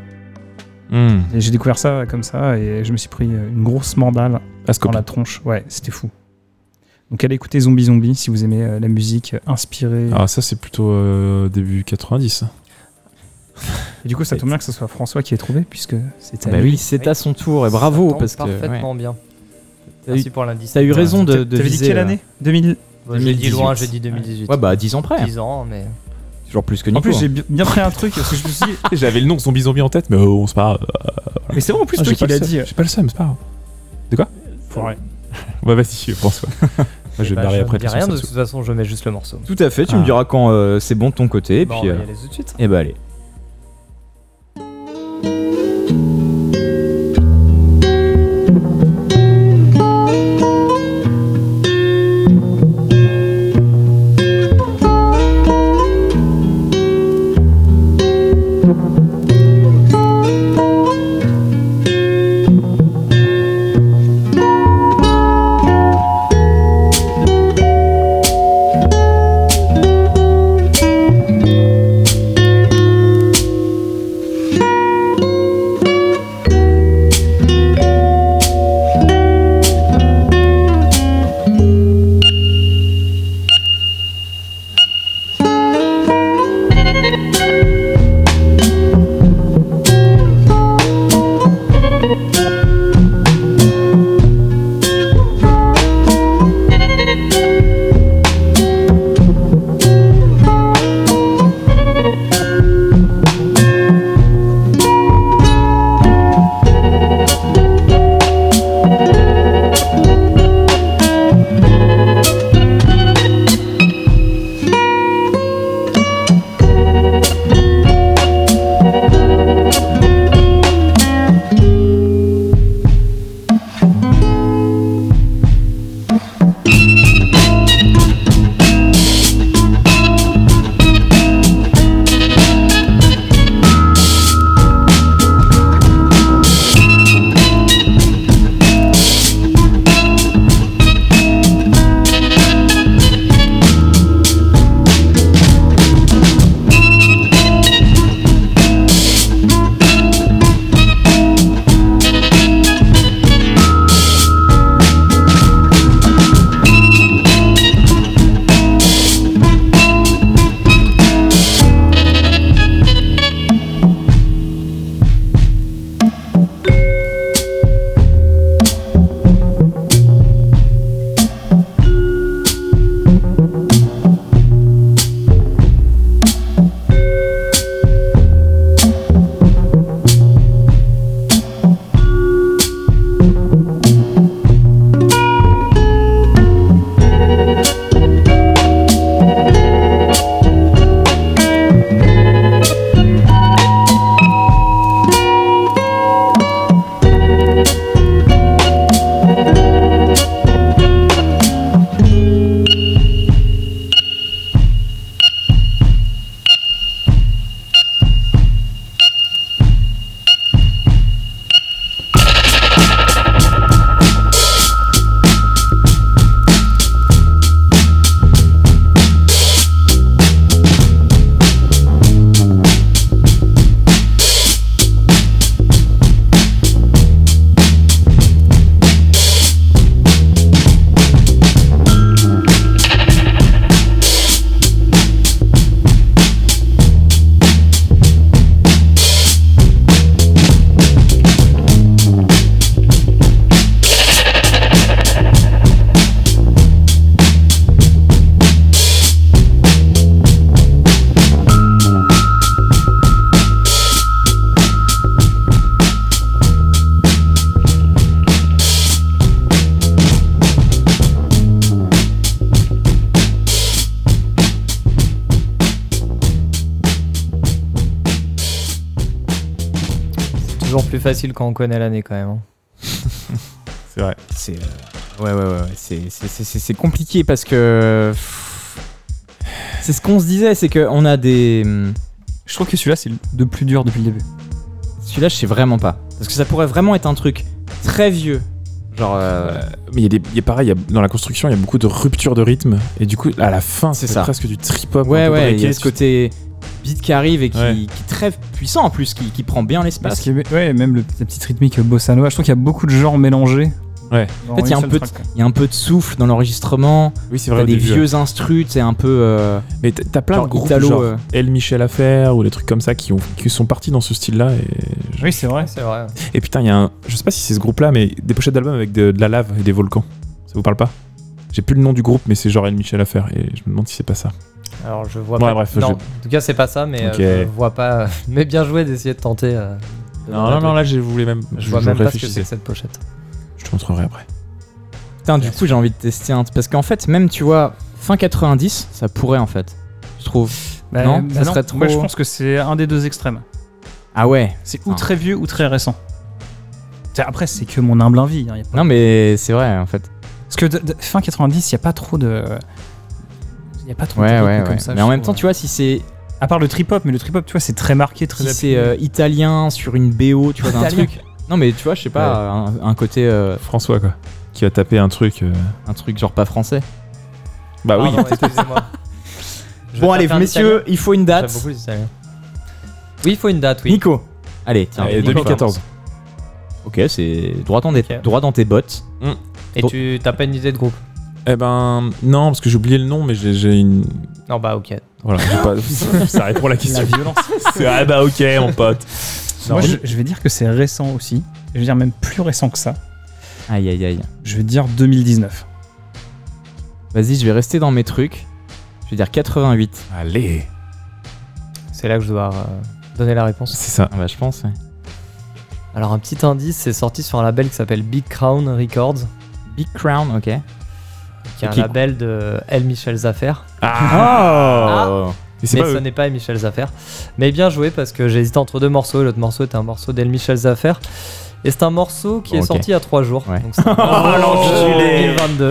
S2: Hmm.
S3: Et j'ai découvert ça euh, comme ça. Et je me suis pris euh, une grosse mandale.
S4: À Ah, ce
S3: dans la tronche. Ouais, c'était fou. Donc allez écouter Zombie Zombie si vous aimez euh, la musique euh, inspirée.
S4: Ah, ça c'est plutôt euh, début 90.
S3: Et du coup, ça tombe bien que ce soit François qui ait trouvé puisque
S4: Ah
S3: c'était.
S2: Bah
S3: lui.
S2: oui, c'est à son tour et bravo
S5: Ça
S2: parce que
S5: tombe
S2: ouais.
S5: Parfaitement bien.
S2: T'as
S5: Merci pour l'indice.
S2: t'as eu raison de, de
S3: T'avais dit
S2: viser,
S3: quelle
S2: euh,
S3: année 2000.
S5: Bon, J'ai dit
S2: 2018.
S5: loin, j'ai dit 2018.
S2: Ouais, bah 10 ans près.
S5: 10 ans, mais.
S2: Toujours plus que
S3: En
S2: Nico. hein.
S3: plus, j'ai bi- bien pris un truc parce que je me suis dit.
S4: J'avais le nom Zombie Zombie en tête, mais euh, on se parle.
S3: Mais c'est vrai, en plus,
S4: Ah,
S3: toi
S4: j'ai
S3: qui
S4: pas le
S3: l'as
S4: seum.
S3: dit.
S4: J'ai pas le seum, c'est pas grave.
S3: Foiré.
S4: Ouais, vas-y, François. Moi, je vais
S5: Bah,
S4: me barrer
S5: je
S4: après.
S5: dis rien,
S4: façon,
S5: de
S4: ça me
S5: toute façon, je mets juste le morceau.
S2: Tout à fait, tu me
S4: Ah.
S2: diras quand euh, c'est bon de ton côté. Et
S5: Bon, on
S2: puis,
S5: va
S2: euh,
S5: y aller tout de suite.
S2: et bah allez.
S5: plus facile quand on connaît l'année quand même. hein.
S4: C'est vrai.
S2: C'est euh, ouais ouais ouais, ouais, c'est- c'est- c'est c'est- c'est compliqué parce que pff, c'est ce qu'on se disait, c'est que on a des hmm,
S3: Je trouve que celui-là, c'est le de plus dur depuis le début.
S2: Bah, celui-là je sais vraiment pas parce que ça pourrait vraiment être un truc très vieux, genre euh,
S4: Euh, mais il y a des, il y a pareil, il y a- dans la construction, il y a beaucoup de ruptures de rythme. Et du coup, à la fin,
S2: C'est
S4: c'est
S2: ça.
S4: presque du trip-hop. un
S2: ouais
S4: peu
S2: ouais, il y
S4: breaké,
S2: a ce
S4: tu-
S2: côté beat qui arrive et qui,
S4: Ouais.
S2: qui est très puissant en plus, qui, qui prend bien
S3: Parce
S2: l'espace.
S3: qu'il y avait- ouais, même le, la petite rythmique bossa nova, je trouve qu'il y a beaucoup de genres mélangés.
S4: Ouais.
S3: Dans
S2: En fait, il y a
S3: une
S2: un
S3: seule
S2: peu de-
S3: track, quoi.
S2: Il y a un peu de souffle dans l'enregistrement,
S4: Oui, c'est
S2: t'as
S4: vrai. au
S2: des
S4: début, ouais.
S2: vieux instrus, c'est un peu euh,
S4: Mais t'as- t'as plein
S2: genre
S4: de groupes
S2: Italo,
S4: genre
S2: euh.
S4: El Michel Affaire ou des trucs comme ça qui, ont, qui sont partis dans ce style-là. Et,
S3: Oui, c'est vrai.
S5: C'est vrai.
S4: et putain, il y a un. Je sais pas si c'est ce groupe-là, mais des pochettes d'albums avec de, de la lave et des volcans. Ça vous parle pas J'ai plus le nom du groupe, mais c'est genre El Michel Affaire. Et je me demande si c'est pas ça.
S5: Alors je vois
S4: Ouais,
S5: pas.
S4: bref,
S5: non,
S4: je-
S5: En tout cas, c'est pas ça, mais euh,
S4: Ok.
S5: je vois pas. Mais bien joué d'essayer de tenter. euh, de
S4: Non,
S5: voir
S4: non,
S5: la
S4: non, là, je voulais même.
S5: Je vois même pas ce que
S4: réfléchissais.
S5: c'est que cette pochette.
S4: Je te montrerai après.
S2: Putain, du coup, j'ai envie de tester un. Parce qu'en fait, même tu vois, fin 90, ça pourrait en fait. Je trouve.
S3: Bah,
S2: Non,
S3: bah
S2: ça serait trop-
S3: Moi, je pense que c'est un des deux extrêmes.
S2: Ah ouais.
S3: C'est ou
S2: Ah.
S3: très vieux ou très récent. C'est- Après, c'est que mon humble envie. hein, y a pas-
S2: Non, mais c'est vrai en fait.
S3: Parce que de- de- fin 90, il n'y a pas trop de. Il n'y a pas trop de
S2: Ouais,
S3: rythme
S2: ouais,
S3: comme
S2: ouais.
S3: ça.
S2: mais
S3: je
S2: en même temps,
S3: trouve.
S2: tu vois, si c'est
S3: À part le trip-hop, mais le trip-hop, tu vois, c'est très marqué, très
S2: si
S3: appuyé.
S2: c'est euh, italien sur une BO, tu vois, d'un
S3: Italien.
S2: truc. Non, mais tu vois, je sais pas, un, un côté. euh,
S4: François, quoi. Qui va taper un truc. euh,
S2: un truc genre pas français.
S4: Bah oui.
S5: Pardon, excusez-moi. Je vais
S2: bon,
S5: faire
S2: allez,
S5: faire
S2: messieurs, il faut une
S5: l'italien.
S2: date.
S5: J'aime beaucoup les Italiens. Oui, il faut une date, oui.
S2: Nico. Allez, tiens.
S4: Et
S2: Nico
S4: 2014.
S2: commence. Ok, c'est droit, dans des-
S5: Ok.
S2: droit dans tes bottes.
S5: Et tu t'as pas une idée de groupe
S4: Eh ben, non, parce que j'ai oublié le nom, mais j'ai- j'ai une.
S5: Non, bah ok.
S4: Voilà, j'ai pas. Ça répond pour la
S3: La
S4: question.
S3: violence.
S4: C'est- Ah bah ok, mon pote.
S3: Moi, je, je vais dire que c'est récent aussi. Je vais dire même plus récent que ça.
S2: Aïe, aïe, aïe.
S3: Je vais dire 2019.
S2: Vas-y, je vais rester dans mes trucs. Je vais dire 88.
S4: Allez.
S5: C'est là que je dois euh, donner la réponse.
S4: C'est ça.
S2: Ah bah, je pense, ouais.
S5: Alors un petit indice, c'est sorti sur un label qui s'appelle Big Crown Records,
S2: Big Crown, ok.
S5: qui est un
S2: Qui-
S5: label de El Michel Zaffer.
S2: Ah.
S4: Et c'est
S5: Mais
S4: pas
S5: ce
S4: eux.
S5: n'est pas El Michel Zaffer. Mais bien joué parce que j'hésitais entre deux morceaux. et L'autre morceau est un morceau d'El Michel Zaffer. Et c'est un morceau qui est
S2: Ok.
S5: sorti il y a trois jours.
S2: Ouais.
S5: Donc c'est un morceau de 2022.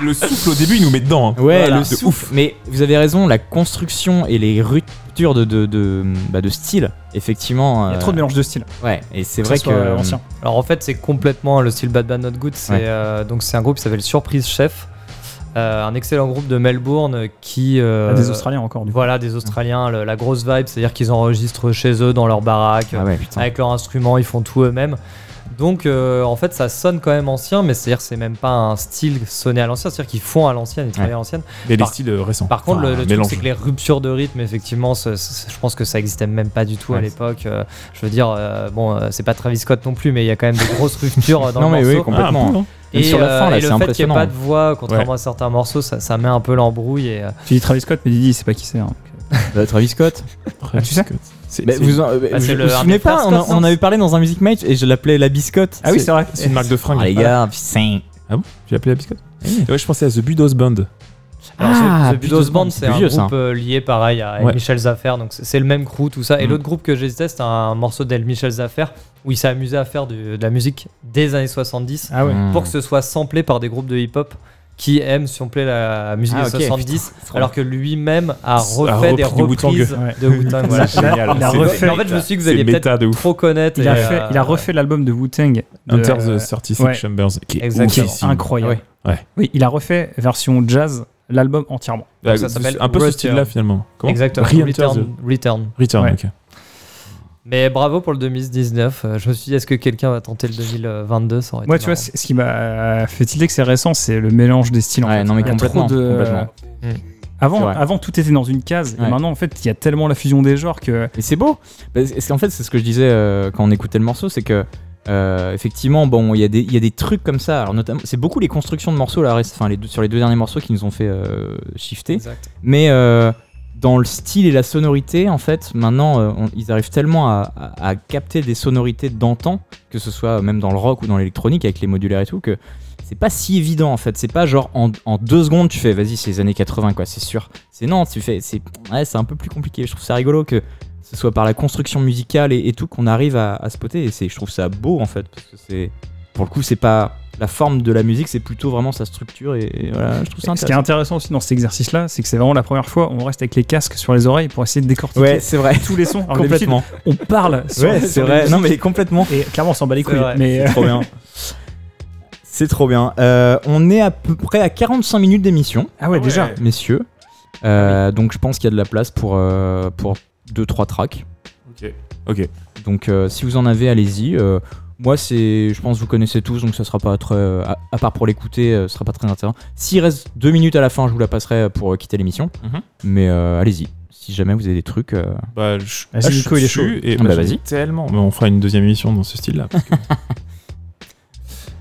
S4: Le souffle au début, il nous met dedans. hein.
S2: Ouais,
S5: Voilà.
S2: le
S5: De
S2: souffle. Mais vous avez raison, la construction et les ruptures de, de, de, bah, de style, effectivement.
S3: Il y a
S2: euh,
S3: trop de mélange de styles.
S2: Ouais, et c'est
S3: Que
S2: vrai
S3: ça
S2: que. euh,
S3: soit ancien.
S5: Alors en fait, c'est complètement le style Bad Bad Not Good. C'est
S2: Ouais.
S5: euh, donc c'est un groupe qui s'appelle Surprise Chef, euh, un excellent groupe de Melbourne qui euh,
S3: Ah, des Australiens encore, du coup.
S5: Voilà, des Australiens, le- la grosse vibe, c'est-à-dire qu'ils enregistrent chez eux dans leur baraque,
S2: Ah ouais, putain.
S5: avec leurs instruments, ils font tout eux-mêmes. Donc euh, en fait, ça sonne quand même ancien, mais c'est-à-dire que c'est même pas un style sonné à l'ancien, c'est-à-dire qu'ils font à l'ancienne, ils travaillent à l'ancienne.
S4: Et les
S5: Par-
S4: styles euh, récents.
S5: Par contre,
S4: Enfin,
S5: le, le truc,
S4: mélange.
S5: c'est que les ruptures de rythme, effectivement, ce- ce- je pense que ça existait même pas du tout à
S2: Ouais.
S5: l'époque. Euh, je veux dire, euh, bon, euh, c'est pas Travis Scott non plus, mais il y a quand même des grosses ruptures euh, dans
S2: Non,
S5: le
S2: mais oui,
S5: morceau.
S4: Ah,
S2: complètement.
S4: bon, hein.
S2: Même
S5: et,
S2: sur la fin,
S5: euh,
S2: là, c'est
S5: et le fait qu'il n'y
S2: impressionnant.
S5: ait pas de voix, contrairement à certains morceaux, ça, ça met un peu l'embrouille. Et, euh,
S3: Tu dis Travis Scott, mais Didi, c'est pas qui c'est. hein.
S2: Bah, Travis Scott.
S3: Ah, tu sais
S4: Scott. C'est
S2: Bah,
S4: c'est-
S2: vous en-
S5: c'est
S2: je-
S5: le-
S2: vous
S5: un
S2: souvenez
S5: des frères
S2: pas on, a-
S5: Scott, non
S2: on avait parlé dans un Music Match et je l'appelais la biscotte.
S3: Ah oui, c'est vrai.
S4: c'est une marque de fringue.
S2: Ah, les gars, putain.
S4: J'ai appelé la biscotte. Et Ouais, je pensais à The Budos Band.
S5: Alors,
S2: Ah,
S5: The- The Budos Band, c'est
S2: plus
S5: un
S2: vieux, ça.
S5: groupe euh, lié pareil à El
S4: Ouais.
S5: Michel Zaffer, donc c'est c'est le même crew, tout ça. Et
S2: Mm.
S5: l'autre groupe que j'hésitais, c'était un morceau d'El Michel Zaffer où il s'est amusé à faire du- de la musique des années 70
S3: Ah ouais.
S2: Hmm.
S5: pour que ce soit samplé par des groupes de hip-hop qui aiment sampler la musique
S2: Ah,
S5: des
S2: ok,
S5: 70,
S2: putain, trop
S5: alors que lui-même a
S4: A
S5: refait des
S4: repris Wu-Tang.
S5: reprises
S3: Ouais.
S5: de Wu-Tang. voilà.
S4: C'est génial.
S3: il a
S4: C'est-
S3: refait-
S5: Mais en fait, je me suis dit que vous
S4: C'est
S5: alliez peut-être
S4: méta de ouf.
S5: trop connaître.
S3: Il
S5: et,
S3: a,
S5: euh,
S3: fait, il a refait l'album de Wu-Tang. de-
S4: Enter
S3: euh,
S4: the 36
S3: ouais.
S4: Chambers. Qui est
S5: Exactement.
S4: oufissime.
S3: incroyable.
S4: Ah ouais. Ouais.
S3: Oui, il a refait version jazz l'album entièrement.
S4: Bah,
S5: Ça s'appelle
S4: Un peu ce
S5: Return.
S4: style-là, finalement. Comment
S5: Exactement.
S4: Re-enter
S5: Return. Return.
S4: the- Return,
S3: Ouais.
S4: ok.
S5: Mais bravo pour le 2019. euh, Je me suis dit, est-ce que quelqu'un va tenter le 2022 Ça aurait
S3: Moi,
S5: été
S3: tu vois,
S5: marrant.
S3: c'est- ce qui m'a fait tilter que c'est récent, c'est le mélange des styles. en
S2: Ouais,
S3: fait.
S2: non, mais
S3: Il y a trop
S2: complètement,
S3: de-
S2: complètement.
S5: Mm.
S2: C'est
S3: Avant,
S2: vrai.
S3: avant, tout était dans une case.
S2: Ouais.
S3: Et maintenant, en fait, il y a tellement la fusion des genres que.
S2: Mais c'est beau. Parce parce qu'en fait, c'est ce que je disais euh, quand on écoutait le morceau, c'est que euh, effectivement, bon, il y, a des- il y a des trucs comme ça. Alors notamment, c'est beaucoup les constructions de morceaux là, reste- enfin les deux- sur les deux derniers morceaux qui nous ont fait euh, shifter.
S5: Exact.
S2: Mais euh, dans le style et la sonorité, en fait, maintenant, euh, on- ils arrivent tellement à, à- à capter des sonorités d'antan, que ce soit même dans le rock ou dans l'électronique avec les modulaires et tout, que c'est pas si évident en fait. C'est pas genre en, en deux secondes tu fais, vas-y, c'est les années 80 quoi, c'est sûr. C'est non, tu fais, c'est ouais, c'est un peu plus compliqué. Je trouve ça rigolo que que ce soit par la construction musicale et, et tout qu'on arrive à, à spotter. Et c'est, je trouve ça beau en fait, parce que c'est, pour le coup, c'est pas la forme de la musique, c'est plutôt vraiment sa structure et, et voilà, je trouve ça
S3: Ce qui est
S2: intéressant.
S3: intéressant aussi dans cet exercice-là, c'est que c'est vraiment la première fois où on reste avec les casques sur les oreilles pour essayer de décortiquer
S2: Ouais, c'est vrai.
S3: tous les sons. Alors que d'habitude,
S2: Complètement.
S3: on parle. Sur,
S2: Ouais,
S3: sur
S2: c'est
S3: les
S2: vrai.
S3: musiques.
S2: Non, mais complètement.
S3: Et clairement, on s'en bat les
S5: C'est
S3: couilles.
S5: vrai.
S3: Mais euh,
S2: C'est trop bien. C'est trop bien. Euh, on est à peu près à 45 minutes d'émission,
S3: ah ouais, déjà.
S4: Ouais.
S2: messieurs. Euh, donc je pense qu'il y a de la place pour 2-3 tracks.
S4: Ok. Ok.
S2: Donc euh, si vous en avez, allez-y. Euh, moi, c'est, je pense que vous connaissez tous, donc ça sera pas très. euh, à, à part pour l'écouter, euh, ce sera pas très intéressant. S'il reste 2 minutes à la fin, je vous la passerai pour euh, quitter l'émission.
S4: Mhm.
S2: Mais euh, allez-y. Si jamais vous avez des trucs. euh,
S4: Bah, je,
S3: Vas-y,
S4: je
S3: Nico, il est
S4: suis
S3: chaud.
S4: Et
S2: Ah bah,
S4: bah,
S2: vas-y.
S4: vas-y. Tellement. Mais on fera une deuxième émission dans ce style-là. parce que-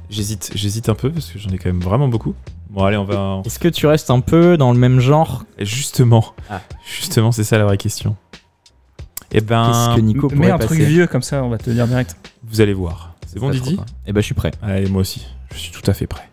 S4: j'hésite, j'hésite un peu parce que j'en ai quand même vraiment beaucoup. Bon, allez, on va.
S2: Est-ce que tu restes un peu dans le même genre
S4: Et Justement,
S2: Ah.
S4: justement, c'est ça la vraie question. Eh ben,
S2: Qu'est-ce que Nico
S3: mais
S2: pourrait
S3: un
S2: passer
S3: truc vieux comme ça, on va te le dire direct.
S4: vous allez voir. C'est bon,
S2: Ça, je
S4: Didi
S2: crois pas. Eh ben, je suis prêt.
S4: Allez, moi aussi. Je suis tout à fait prêt.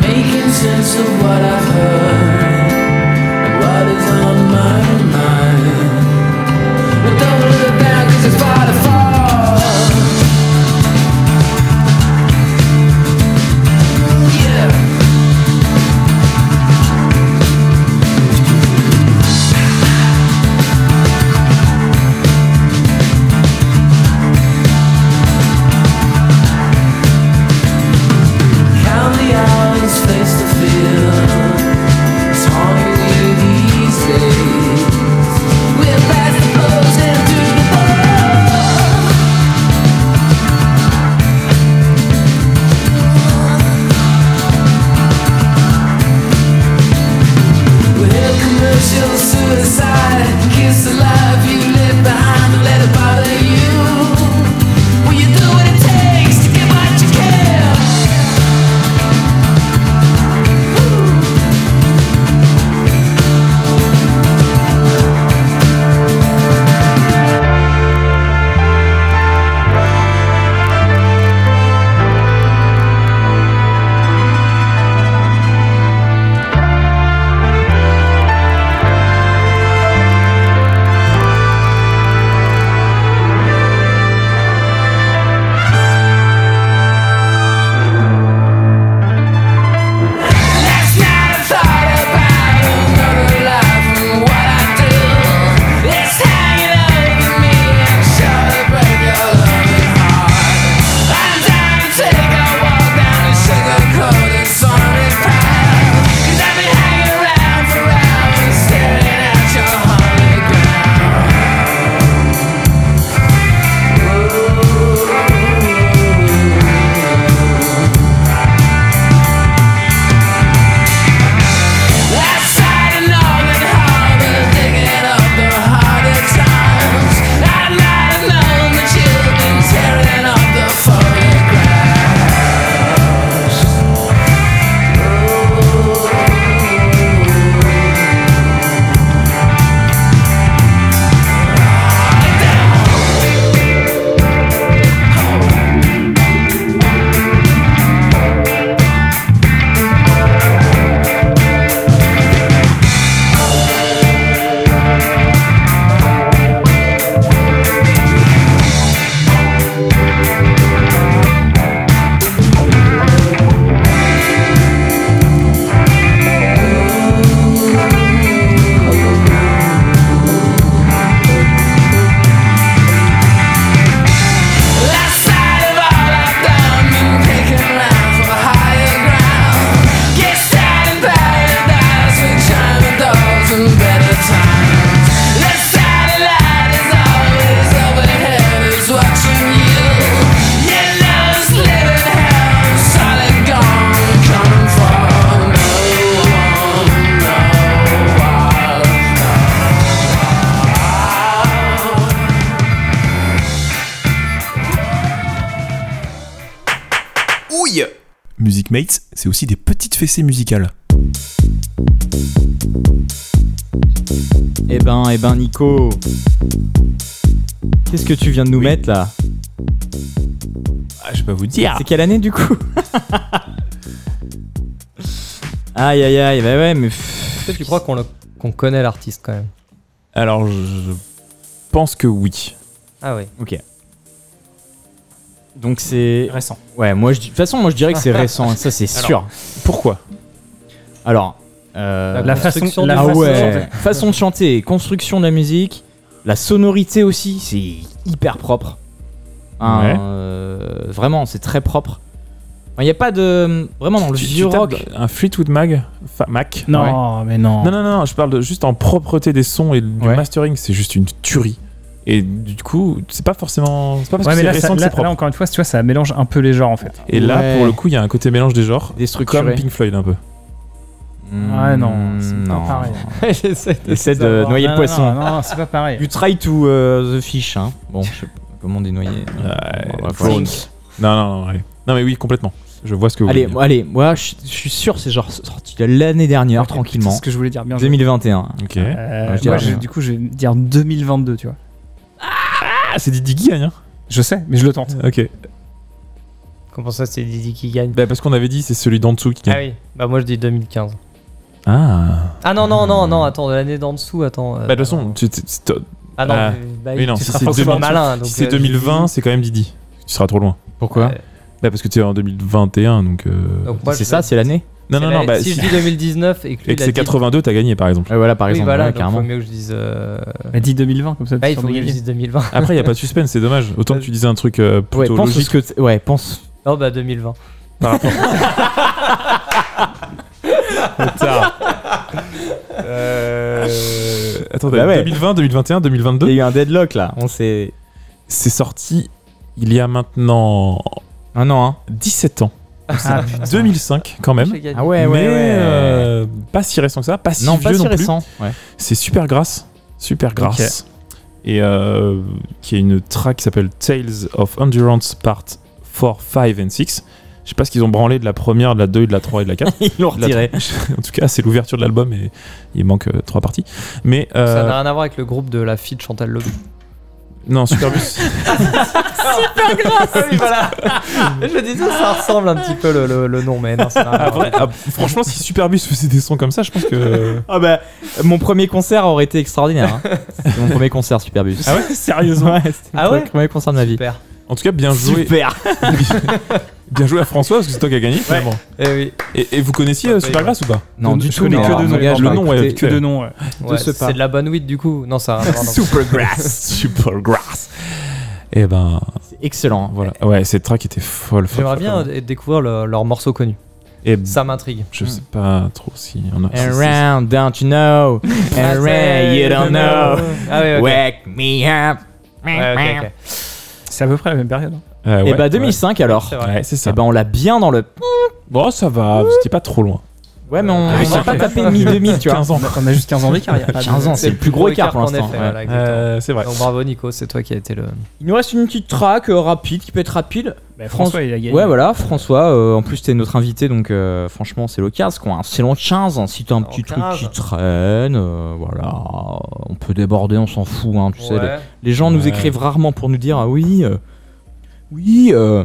S8: Making sense of what I've heard, what is on my mind. But don't look back, 'cause it's far to fall. Yeah. Count the hours, face the fear. It's haunting me these days. We're past the post and through the bars.
S4: Music Mates, c'est aussi des petites fessées musicales.
S2: Eh ben, eh ben, Nico. Qu'est-ce que tu viens de nous mettre là
S4: Ah, je vais pas vous dire.
S2: C'est quelle année du coup Aïe aïe aïe, bah ouais, mais. pff,
S5: Est-ce que tu crois qu'on le- qu'on connaît l'artiste quand même
S4: Alors, je- je pense que oui.
S5: Ah oui.
S2: Donc c'est.
S3: Récent.
S2: Ouais, moi je. dis- De toute façon, moi je dirais que c'est récent, ça c'est sûr.
S4: Pourquoi
S2: Alors. euh,
S3: La façon,
S5: construction
S3: la
S5: du-
S2: ah
S3: façon
S2: ouais,
S3: de chanter.
S2: façon de chanter, construction de la musique, la sonorité aussi, c'est hyper propre. Hein,
S4: Ouais.
S2: euh, vraiment, c'est très propre. Il n'y a pas de. Vraiment, dans le
S4: Tu- tu
S2: vieux
S4: tapes
S2: rock.
S4: Un Fleetwood Mag, fa- Mac.
S3: Non, mais non.
S4: Non, non, non, je parle de- juste en propreté des sons et du
S2: Ouais.
S4: mastering, c'est juste une tuerie. Et du coup, c'est pas forcément. C'est pas parce
S3: Ouais,
S4: que
S3: mais
S4: c'est
S3: là, ça-
S4: récent que
S3: là,
S4: c'est propre.
S3: là, encore une fois, tu vois, ça mélange un peu les genres en fait.
S4: Et là,
S2: Ouais.
S4: pour le coup, il y a un côté mélange des genres, comme
S2: Déstructuré.
S4: Pink Floyd un peu.
S3: Ouais, Ah, non, c'est pas
S2: Hmm, non.
S3: pareil.
S5: J'essaie de-
S2: Essaie de
S3: Non,
S2: noyer
S3: non,
S2: le poisson.
S3: Non, non, non, c'est pas pareil.
S2: You try to euh, the fish, hein. Bon, je sais pas comment dénoyer. Bon, bref,
S4: faut-
S2: ouais.
S4: Non, non, non, ouais. non, mais oui, complètement. Je vois ce que vous
S2: Allez,
S4: voulez
S2: moi- allez, moi je je suis sûr, c'est genre sorti de l'année dernière,
S3: C'est
S2: tranquillement.
S3: ce que je voulais dire. Bien joué.
S2: 2021.
S4: dire. Ok.
S3: Euh,
S2: Ouais, je
S3: moi,
S2: dirais
S3: je-
S2: rien.
S3: du coup, je vais dire 2022, tu vois.
S4: Ah, c'est Didi Gagne, hein
S3: Je sais, mais je le tente.
S4: Ok.
S5: Comment ça, c'est Didi qui gagne
S4: Bah, parce qu'on avait dit, c'est celui d'en dessous qui
S5: Ah
S4: gagne.
S5: oui. Bah moi je dis 2015.
S4: Ah.
S5: Ah non, non, non, non, attends, de l'année d'en dessous, attends. euh,
S4: Bah, de toute façon, tu- tu- tu-
S5: Ah non,
S4: Ah.
S5: mais- bah,
S4: Mais non,
S5: tu
S4: si
S5: seras
S4: c'est
S5: forcément
S4: 2000,
S5: malin. donc,
S4: si c'est
S5: euh,
S4: 2020, c'est quand même Didi. Tu seras trop loin.
S2: Pourquoi
S5: Ouais.
S4: Bah, parce que tu es en 2021, donc. euh,
S5: donc moi,
S2: C'est
S5: je-
S2: ça, c'est l'année
S4: Non, non,
S5: Eh
S4: non,
S5: ben,
S4: bah,
S5: si,
S4: si-
S5: je dis 2019 et que lui,
S4: Et que
S5: il a
S4: c'est
S5: dit-
S4: 82, t'as gagné par exemple.
S2: Ah Ouais, Voilà, par exemple,
S5: oui, voilà,
S2: ouais,
S5: donc
S2: carrément.
S5: faut mieux que je dise. euh,
S3: Bah, dis 2020, comme ça,
S2: Ah,
S3: tu
S5: Bah, il
S3: sens
S5: faut
S3: de
S5: mieux que je
S3: gagner.
S5: dise 2020.
S4: Après, il n'y a pas de suspense, c'est dommage. Autant que tu disais un truc euh,
S2: Ouais,
S4: plutôt
S2: pense
S4: logique.
S2: ce que. t- Ouais, pense.
S5: Non, bah 2020.
S4: Par rapport. Tard. Euh... Attends,
S2: Bah ouais.
S4: 2020, 2021,
S2: Il y
S4: 2022.
S2: a eu un deadlock là, on s'est.
S4: C'est sorti il y a maintenant
S2: Un an, hein.
S4: 17 ans.
S3: Ah, putain.
S4: 2005 quand même.
S5: J'ai gagné.
S2: Ah ouais, ouais,
S4: Mais,
S2: ouais.
S4: euh, pas si récent que ça, pas si
S2: non,
S4: vieux
S2: pas si
S4: non plus.
S2: récent. Ouais.
S4: C'est super grasse, super grasse. Et euh, qui a une track qui s'appelle Tales of Endurance Part 4, 5 and 6. Je sais pas ce qu'ils ont branlé de la première, de la 2, de la 3 et de la 4.
S2: Ils l'ont
S4: La
S2: retiré.
S4: en tout cas, c'est l'ouverture de l'album et il manque euh, trois parties. Mais euh,
S5: Ça n'a rien à voir avec le groupe de la fille de Chantal Lobby.
S4: non, Superbus.
S5: oui, voilà. je disais, ça ressemble un petit peu le, le- le nom, mais non, ça n'a rien à voir.
S4: Après, ah, franchement, si Superbus faisait des sons comme ça, je pense que
S2: Ah bah, mon premier concert aurait été extraordinaire. hein. C'était mon premier concert Superbus.
S4: ah ouais, sérieusement.
S2: Ouais, c'était
S5: Ah
S2: mon
S5: ouais
S2: premier concert de ma vie.
S5: Super.
S4: En tout cas, bien joué,
S2: Super.
S4: bien joué à François parce que c'est toi qui as gagné finalement.
S5: Eh oui.
S4: Et, et vous connaissiez euh, Supergrass ou pas
S2: Non,
S3: Je
S2: du tout.
S3: connais
S2: non,
S3: que
S2: non,
S3: deux noms.
S2: gars, je
S4: Le
S2: l'ai
S4: nom,
S2: pas
S4: ouais,
S2: écouté.
S4: vite
S3: Que
S4: fait.
S3: de nom, ouais.
S5: Ouais,
S2: ce pas.
S5: c'est de la bonne weed du coup. Non, ça n'a rien à voir. non.
S4: Supergrass, Supergrass. Et ben
S2: C'est excellent. hein,
S4: voilà, ouais, cette track était folle. folle,
S5: J'aimerais
S4: folle,
S5: bien
S4: folle.
S5: euh, découvrir le- leurs morceaux connus.
S2: Mm.
S4: Et
S5: Ça m'intrigue.
S4: je sais pas trop si on a. si- si-
S2: Around, don't you know? Around, Eh you don't know.
S5: Ah euh, ouais, ok.
S2: Wake me up.
S5: Ouais, ok, ok.
S3: C'est à peu près la même période. hein.
S4: Euh,
S5: Eh
S2: Et
S4: ouais,
S2: bah 2005 alors.
S5: ben, C'est
S4: Ouais,
S5: vrai. Eh ben.
S4: Ouais, c'est
S2: Et
S4: ça.
S2: bah on l'a bien dans le.
S4: Bon, ça va, c'était pas trop loin.
S2: Ouais, mais on
S5: Ah,
S2: on
S5: ça
S2: a pas
S5: fait-
S2: tapé mi 2000 tu vois.
S4: 15 ans.
S3: On a- On a juste 15 ans d'écart. il y a pas de-
S2: 15 ans, c'est le plus gros écart pour
S5: qu'en
S2: l'instant.
S5: effet,
S2: ouais.
S5: voilà, exactement.
S4: Euh, c'est vrai.
S5: Donc bravo Nico, c'est toi qui as été le.
S2: Il nous reste une petite track euh, rapide qui peut être rapide.
S3: Bah, François, il a gagné.
S2: Ouais, voilà, François, euh, en plus t'es notre invité donc euh, franchement c'est l'occasion quoi. C'est long 15, hein. si t'as un petit truc
S5: L'occasion.
S2: qui traîne, euh, voilà, on peut déborder, on s'en fout, hein, tu sais. les- Les gens nous
S4: Ouais.
S2: écrivent rarement pour nous dire ah oui, euh, oui, euh,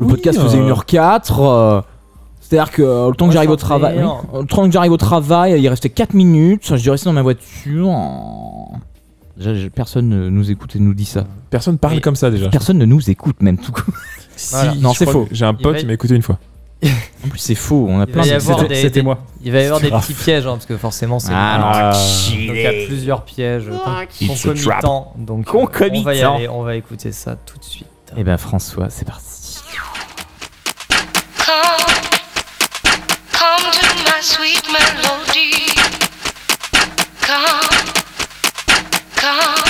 S2: le
S4: Oui,
S2: podcast faisait
S4: euh.
S2: 1h04. euh, c'est-à-dire que euh, le temps que
S5: Ouais,
S2: j'arrive au
S5: sortir.
S2: travail, oui, le temps que j'arrive au travail, il restait 4 minutes. Je dû rester dans ma voiture. euh. Déjà, je- personne ne nous écoute et nous dit ça.
S4: Personne parle
S5: Oui.
S4: comme ça déjà.
S2: Personne ne nous écoute même tout court.
S5: Voilà.
S4: Si,
S2: Non,
S4: je
S2: c'est
S4: crois
S2: faux.
S4: que J'ai un
S5: Il
S4: pote
S5: va-
S4: qui m'a écouté une fois.
S2: En plus, c'est faux. On a
S5: Il
S2: plein
S5: va y
S2: de.
S5: avoir
S3: C'était
S5: des-
S3: c'était
S5: des-
S3: moi.
S5: Il va y avoir des
S4: Grave.
S5: petits pièges, hein, parce que forcément c'est.
S2: Ah,
S5: Donc il y a plusieurs pièges con-
S4: It's a trap.
S5: concomitants. Donc euh, on va y
S2: Concomitants.
S5: aller, on va écouter ça tout de suite.
S2: Et ben François, c'est parti.
S7: Come, come to my sweet melody. Come, come.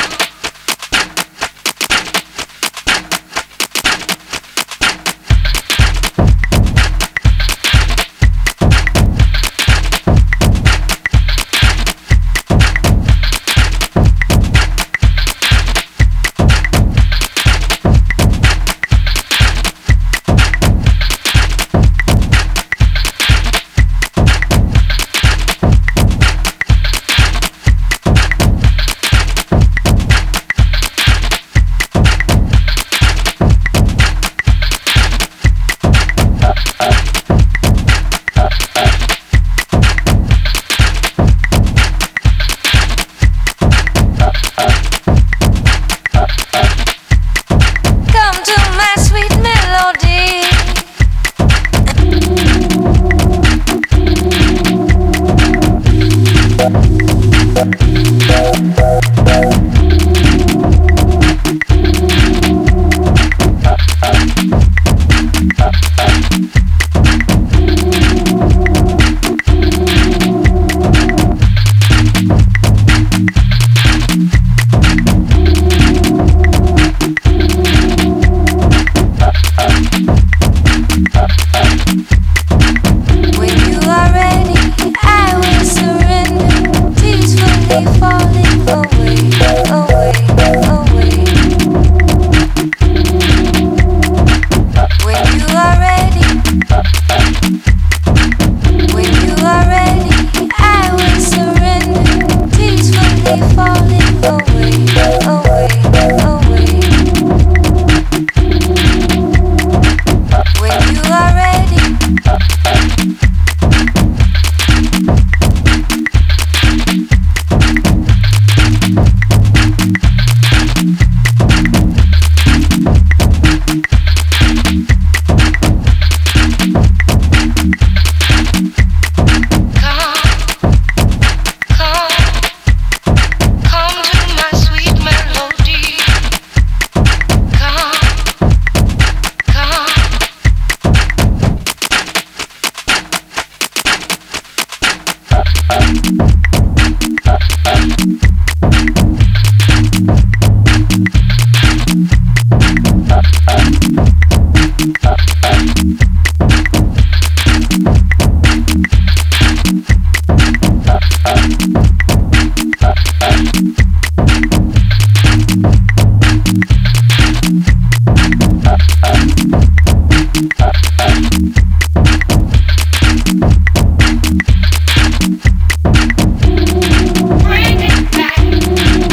S7: Bring it back,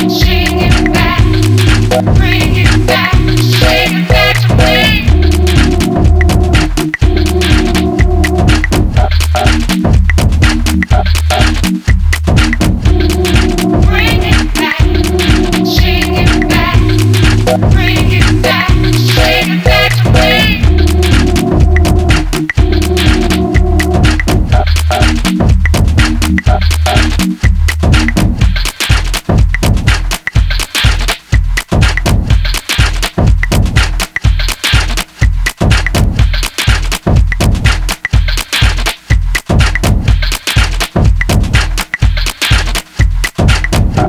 S7: shake it back, bring it back, shake it back to me. Bring it back, shake it back, bring it back, shake it back to me.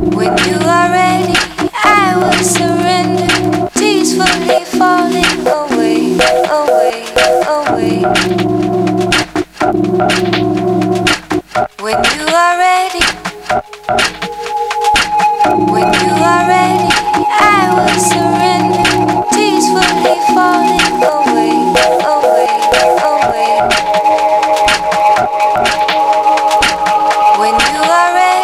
S8: When you are ready, I will surrender, peacefully falling away, away, away. When you are ready, when you are ready, I will surrender, peacefully falling away, away, away. When you are ready.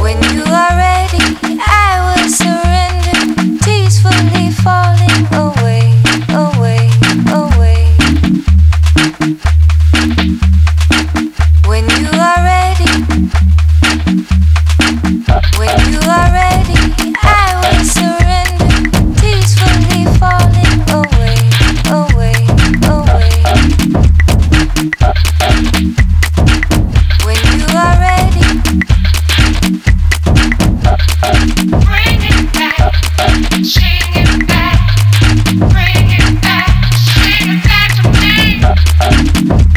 S8: When you are ready, I will surrender, peacefully falling away, away, away. When you are ready, when you are ready, I will surrender, peacefully falling away, away, away. When you are ready.
S7: Bring it back, shake it back, bring it back, shake it back to me.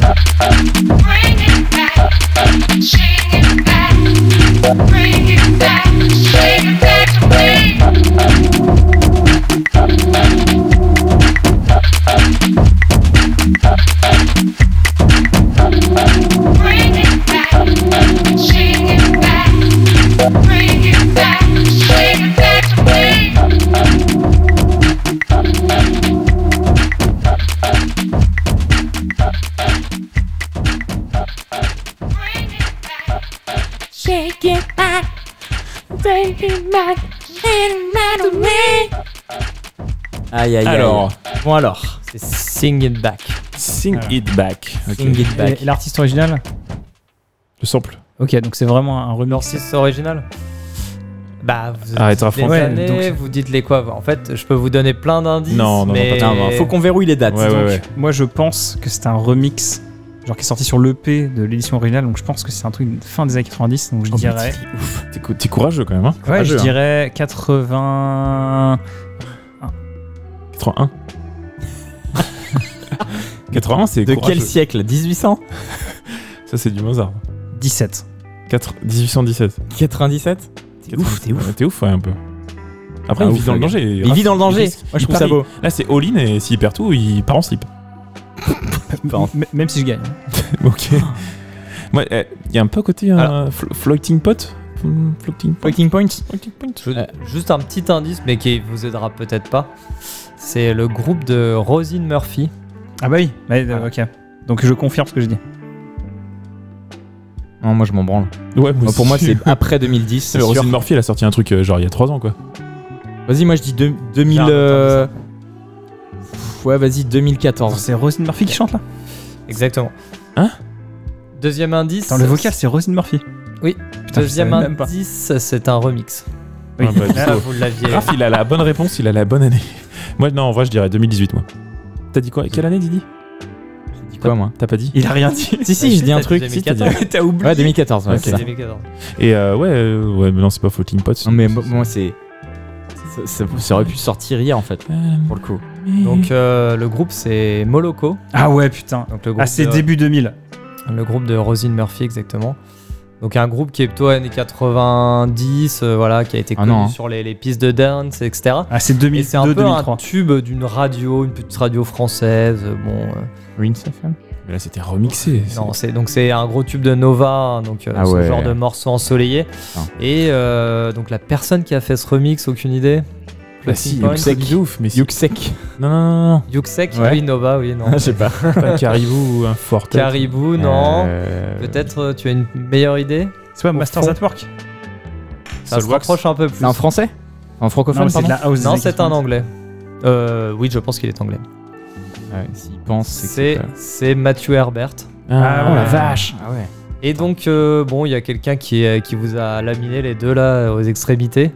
S7: Bring it back, shake it back, bring it back, shake it back to me. Bring it back, shake it back, bring it back, shake it back to me. Bring it back,
S1: Shake it back, break it back, shake it back to me.
S2: Aïe, aïe, aïe.
S4: Alors,
S2: Bon alors.
S5: C'est Sing It Back.
S4: Sing It Back. Ok.
S2: Sing it
S3: Et,
S2: back.
S3: et l'artiste original
S4: Le sample.
S3: Ok, donc c'est vraiment un remix.
S5: L'artiste original Bah, vous
S4: Arrête,
S5: dites les
S4: Franck.
S3: Ouais,
S5: années,
S3: donc c'est-
S5: vous dites les quoi En fait, je peux vous donner plein d'indices.
S4: Non, non, non,
S5: mais...
S4: pas-
S2: Non, bah, faut qu'on verrouille les dates.
S4: Ouais, ouais, ouais.
S3: Moi, je pense que c'est un remix, genre qui est sorti sur l'EP de l'édition originale, donc je pense que c'est un truc de fin des années 90, donc je
S4: Oh, mais
S3: dirais.
S4: t'es- Ouf, t'es cou- t'es courageux quand même, hein
S3: Ouais, je
S4: Courageux, hein.
S3: dirais 80.
S4: 81. 81, c'est
S2: De
S4: courageux.
S2: quel siècle 1800
S4: Ça, c'est du Mozart.
S3: 17.
S4: 4... 1817.
S2: 97 T'es ouf, t'es ouf.
S4: Ouais, T'es ouf, ouais, un peu. Après,
S2: Ah,
S4: il
S2: ouf,
S4: vit dans le
S2: le gars.
S4: danger.
S2: Il vit dans le danger. Moi, je
S4: il
S2: trouve ça
S4: parie.
S2: beau.
S4: Là, c'est all-in et s'il perd tout, il part en slip.
S2: Pardon.
S3: M- même si je gagne.
S4: ok. Ouais, eh, il y a un peu côté euh, flo- floating pot. Hmm, Floating pot.
S2: Fucking point.
S4: Floating point.
S5: Je- Euh, Juste un petit indice, mais qui vous aidera peut-être pas. C'est le groupe de Rosine Murphy.
S3: Ah bah oui, bah, euh, ok. Donc je confirme ce que j'ai dit.
S2: Non, moi je m'en branle. Moi,
S4: Ouais, moi
S2: pour
S4: aussi.
S2: moi, c'est après 2010.
S4: Mais
S2: c'est sûr.
S4: Rosine Murphy, elle a sorti un truc euh, genre il y a 3 ans, quoi.
S2: Vas-y, moi je dis deux- 2000.
S5: Non, attends,
S2: euh, pff, Ouais, vas-y,
S3: Attends,
S2: 2014.
S3: c'est Rosine Murphy qui chante là
S5: Exactement.
S4: Hein
S5: Deuxième indice.
S3: Attends, le vocal c'est Rosine Murphy. je
S5: Deuxième
S3: savais même pas.
S5: indice, c'est un remix.
S3: Oui.
S4: Ah, bah,
S5: Ça, vous l'aviez.
S4: Raph, il a la bonne réponse, il a la bonne année. Moi, non, en vrai, je dirais 2018, moi. T'as dit quoi Quelle année, Didi
S2: J'ai dit quoi, moi
S4: T'as pas dit
S3: Il a rien dit.
S2: Si, si, j'ai dit un
S5: T'as
S2: truc.
S5: dit
S2: si, t'as dit-
S5: 2014.
S3: T'as oublié.
S2: Ouais, 2014, ouais,
S5: Ouais,
S2: c'est
S5: c'est
S2: ça.
S5: 2014.
S4: Et euh, ouais, euh, ouais, mais non, c'est pas Floating Pot. c'est-
S2: Non, mais moi, moi, c'est. Ça, ça- ça aurait pu sortir hier en fait, pour le coup.
S5: Donc euh, le groupe c'est Moloko.
S3: Ah ouais, putain.
S5: Donc le groupe,
S3: Ah, c'est
S5: de,
S3: début 2000.
S5: le groupe de Rosine Murphy exactement. Donc un groupe qui est plutôt années 90, euh, voilà, qui a été
S2: Ah
S5: connu
S2: non, hein.
S5: sur les, les pistes de dance, etc.
S3: Ah, c'est
S5: Et c'est un peu un
S3: 2002-2003.
S5: tube d'une radio, une petite radio française. euh, Bon, euh,
S2: Rinse FM
S4: Mais là, c'était remixé. c'est-
S5: non, c'est donc c'est un gros tube de Nova, hein, donc euh,
S2: Ah
S5: ce
S2: ouais. Ah.
S5: genre de morceau ensoleillé.
S2: Putain.
S5: Et euh, donc la personne qui a fait ce remix, aucune idée.
S4: Bah si,
S5: Floating Point,
S4: Yuxek. de ouf, mais si-
S2: Yuxek.
S4: Non, non, non,
S5: Yuxek, ah
S2: Ouais.
S5: oui, Nova, oui, non.
S2: Ah, Je sais pas.
S4: non, pas Caribou ou un fort.
S5: Caribou, non.
S4: Euh,
S5: Peut-être euh, tu as une meilleure idée
S3: C'est pas Masters at Work
S5: Ça se
S4: Soulwax.
S5: rapproche un peu plus.
S2: C'est en français En francophone,
S3: Non, c'est de
S2: pardon
S3: la house. des
S5: Non,
S3: années
S5: c'est un
S3: 90.
S5: anglais. Euh, oui, je pense qu'il est anglais.
S2: Ouais, S'il pense, c'est.
S5: C'est
S2: que-
S5: c'est Mathieu Herbert.
S3: Ah,
S2: Oh
S3: ouais.
S2: la vache Ah ouais.
S5: Et donc, euh, bon, il y a quelqu'un qui, euh, qui vous a laminé les deux là euh, aux extrémités,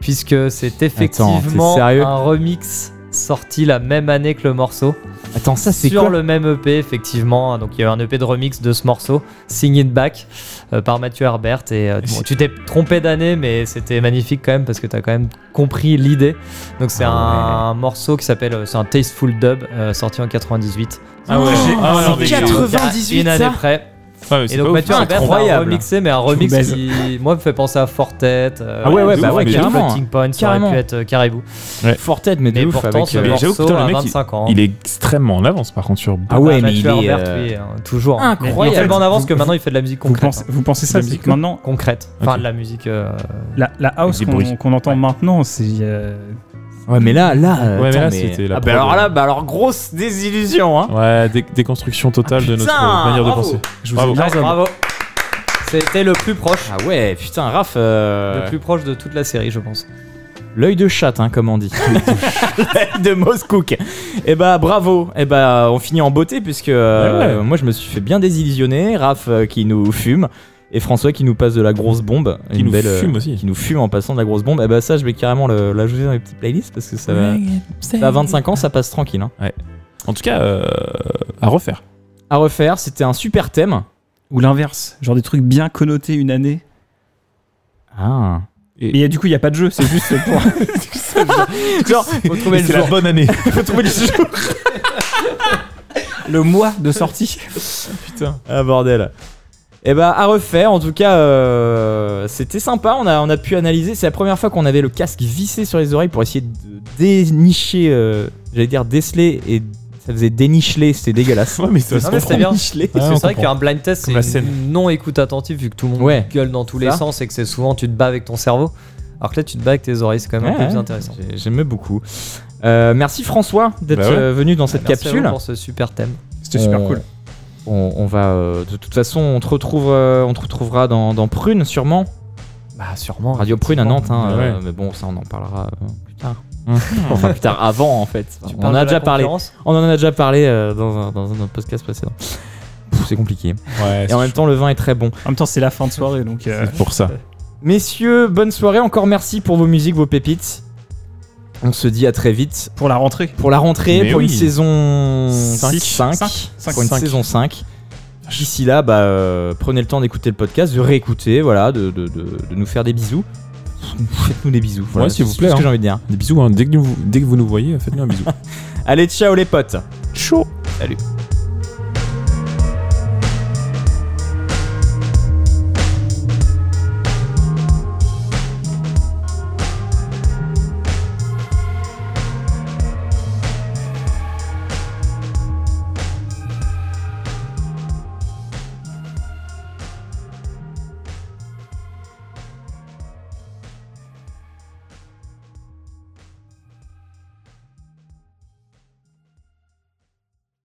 S5: puisque c'est effectivement
S2: sérieux
S5: un remix sorti la même année que le morceau.
S2: Attends, ça c'est
S5: sur
S2: quoi
S5: le même EP, effectivement. hein, Donc, il y a eu un EP de remix de ce morceau, Sing It Back, euh, par Mathieu Herbert. Et euh, bon, tu t'es trompé d'année, mais c'était magnifique quand même, parce que t'as quand même compris l'idée.
S2: Ah
S5: Donc, c'est un, morceau qui s'appelle, euh, c'est un Tasteful Dub, euh, sorti en 98.
S4: Ah ouais, j'ai- ah ouais, non, mais-
S2: 98,
S5: Une année
S2: ça
S5: près.
S4: Ah ouais, c'est
S5: Et donc
S4: pas ouf,
S5: Mathieu
S4: c'est
S5: Herbert
S4: trop-
S5: a
S2: incroyable.
S5: remixé, mais un remix
S3: vous baise.
S5: qui, moi, me fait penser à Fortet. euh,
S2: Ah ouais, ouais,
S5: de
S2: bah
S5: ouf,
S2: ouais,
S5: avec
S2: carrément.
S5: Floating Point, ça aurait
S2: Carrément.
S5: pu être euh, Caribou.
S2: Fortet, mais de
S5: Mais
S2: ouf
S5: pourtant,
S2: avec.
S5: ce
S2: euh,
S4: Mais j'avoue que,
S5: morceau
S4: putain, le
S5: a
S4: mec,
S5: 25 ans. hein.
S4: Il est extrêmement en avance par contre sur.
S2: Ah ouais,
S5: Bah,
S2: mais il
S5: Mathieu
S2: est.
S5: Herbert,
S2: euh,
S5: oui, hein, toujours. hein.
S2: Incroyable.
S5: Il est tellement en avance que
S3: Vous-
S5: maintenant, il fait de la musique
S3: Vous
S5: concrète.
S3: pensez,
S5: hein.
S3: vous pensez ça
S4: La
S3: c'est
S4: musique,
S3: que maintenant
S5: Concrète. Enfin,
S4: Ok.
S5: de la musique. euh,
S3: la, la house
S4: Des
S3: qu'on
S4: bruits.
S3: qu'on entend maintenant, c'est euh,
S2: Ouais, mais là, là. euh,
S4: Ouais, mais
S2: attends,
S4: là, c'était la
S2: Ah, bah
S4: prod.
S2: alors là, bah alors grosse désillusion, hein
S4: Ouais, dé- déconstruction totale de notre
S2: putain,
S4: manière de
S2: bravo.
S4: penser.
S3: Je vous
S4: Bravo.
S3: ai bien
S5: ouais, bravo. C'était le plus proche.
S2: Ah ouais, putain, Raph. euh,
S5: Le plus proche de toute la série, je pense.
S2: L'œil de chat, hein, comme on dit. L'œil de Moscook. Eh bah bravo. Eh bah on finit en beauté puisque euh,
S4: Ouais, ouais.
S2: moi je me suis fait bien désillusionner. Raph euh, qui nous fume et François qui nous passe de la grosse bombe.
S4: Qui
S2: Une
S4: nous
S2: belle, euh,
S4: fume aussi.
S2: Qui nous fume en passant de la grosse bombe. Eh bah ça je vais carrément le- l'ajouter dans les petites playlists parce que ça va. Ça a 25 ans, ça passe tranquille. hein.
S4: En tout cas, euh, à refaire.
S2: À refaire, c'était un super thème.
S3: Ou l'inverse, genre des trucs bien connotés une année.
S2: Ah.
S3: Et, euh, du coup, il n'y a pas de jeu, c'est juste pour.
S2: Genre,
S5: Faut trouver le jour.
S4: bonne année.
S2: faut trouver le jour.
S3: le mois de sortie.
S2: Ah bordel. Et bah à refaire, en tout cas euh, c'était sympa, on a, on a pu analyser, c'est la première fois qu'on avait le casque vissé sur les oreilles pour essayer de dénicher, euh, j'allais dire déceler et ça faisait dénicheler, c'était dégueulasse.
S4: Ouais, mais ça se
S5: Non, mais
S4: comprend.
S5: c'était bien.
S2: Dénicheler.
S5: Parce
S4: Ouais,
S5: que
S4: on
S5: c'est vrai
S4: comprend.
S5: qu'un blind test,
S4: Comme la
S5: c'est une non-écoute attentive vu que tout le monde
S2: Ouais.
S5: gueule dans tous les
S2: Ça.
S5: sens et que c'est souvent tu te bats avec ton cerveau. Alors que là, tu te bats avec tes oreilles, c'est quand même un peu
S2: Ouais,
S5: plus
S2: ouais.
S5: intéressant.
S2: J'ai- J'aimais beaucoup. Euh, merci François d'être
S4: Bah ouais.
S2: euh, venu dans cette
S5: Merci à vous
S2: capsule.
S5: pour ce super thème.
S3: C'était super
S2: On-
S3: cool.
S2: On, on va euh, de toute façon on te retrouve euh, on te retrouvera dans, dans Prune sûrement.
S5: Bah sûrement.
S2: Radio Prune à Nantes hein,
S4: Ouais,
S2: euh,
S4: ouais.
S2: mais bon ça on en parlera euh, plus tard. enfin plus tard avant en fait. on en a déjà parlé.
S5: Ouais,
S2: On en a déjà parlé euh, dans, un, dans un autre podcast précédent. Pff, C'est compliqué.
S4: Ouais,
S2: Et en
S4: Bah, c'est
S2: même temps, le vin est très bon.
S3: En même temps, c'est la fin de soirée, donc. euh,
S4: c'est pour ça.
S2: Messieurs, bonne soirée. Encore merci pour vos musiques, vos pépites. On se dit à très vite
S3: pour la rentrée.
S2: pour la rentrée,
S4: Mais
S2: pour
S4: oui.
S2: une saison
S3: Cinq.
S2: 5.
S3: Cinq. Cinq.
S2: Pour une
S3: Cinq.
S2: saison 5. D'ici là, bah, euh, prenez le temps d'écouter le podcast, de réécouter, voilà, de, de- de- de nous faire des bisous. Faites-nous des bisous. Voilà,
S4: Ouais, s'il vous
S2: c'est
S4: plaît,
S2: ce que
S4: hein.
S2: j'ai envie de dire.
S4: Des bisous, hein. dès, que nous- dès que vous nous voyez, faites-nous un bisou.
S2: Allez, ciao les potes.
S4: Chaud.
S2: Salut.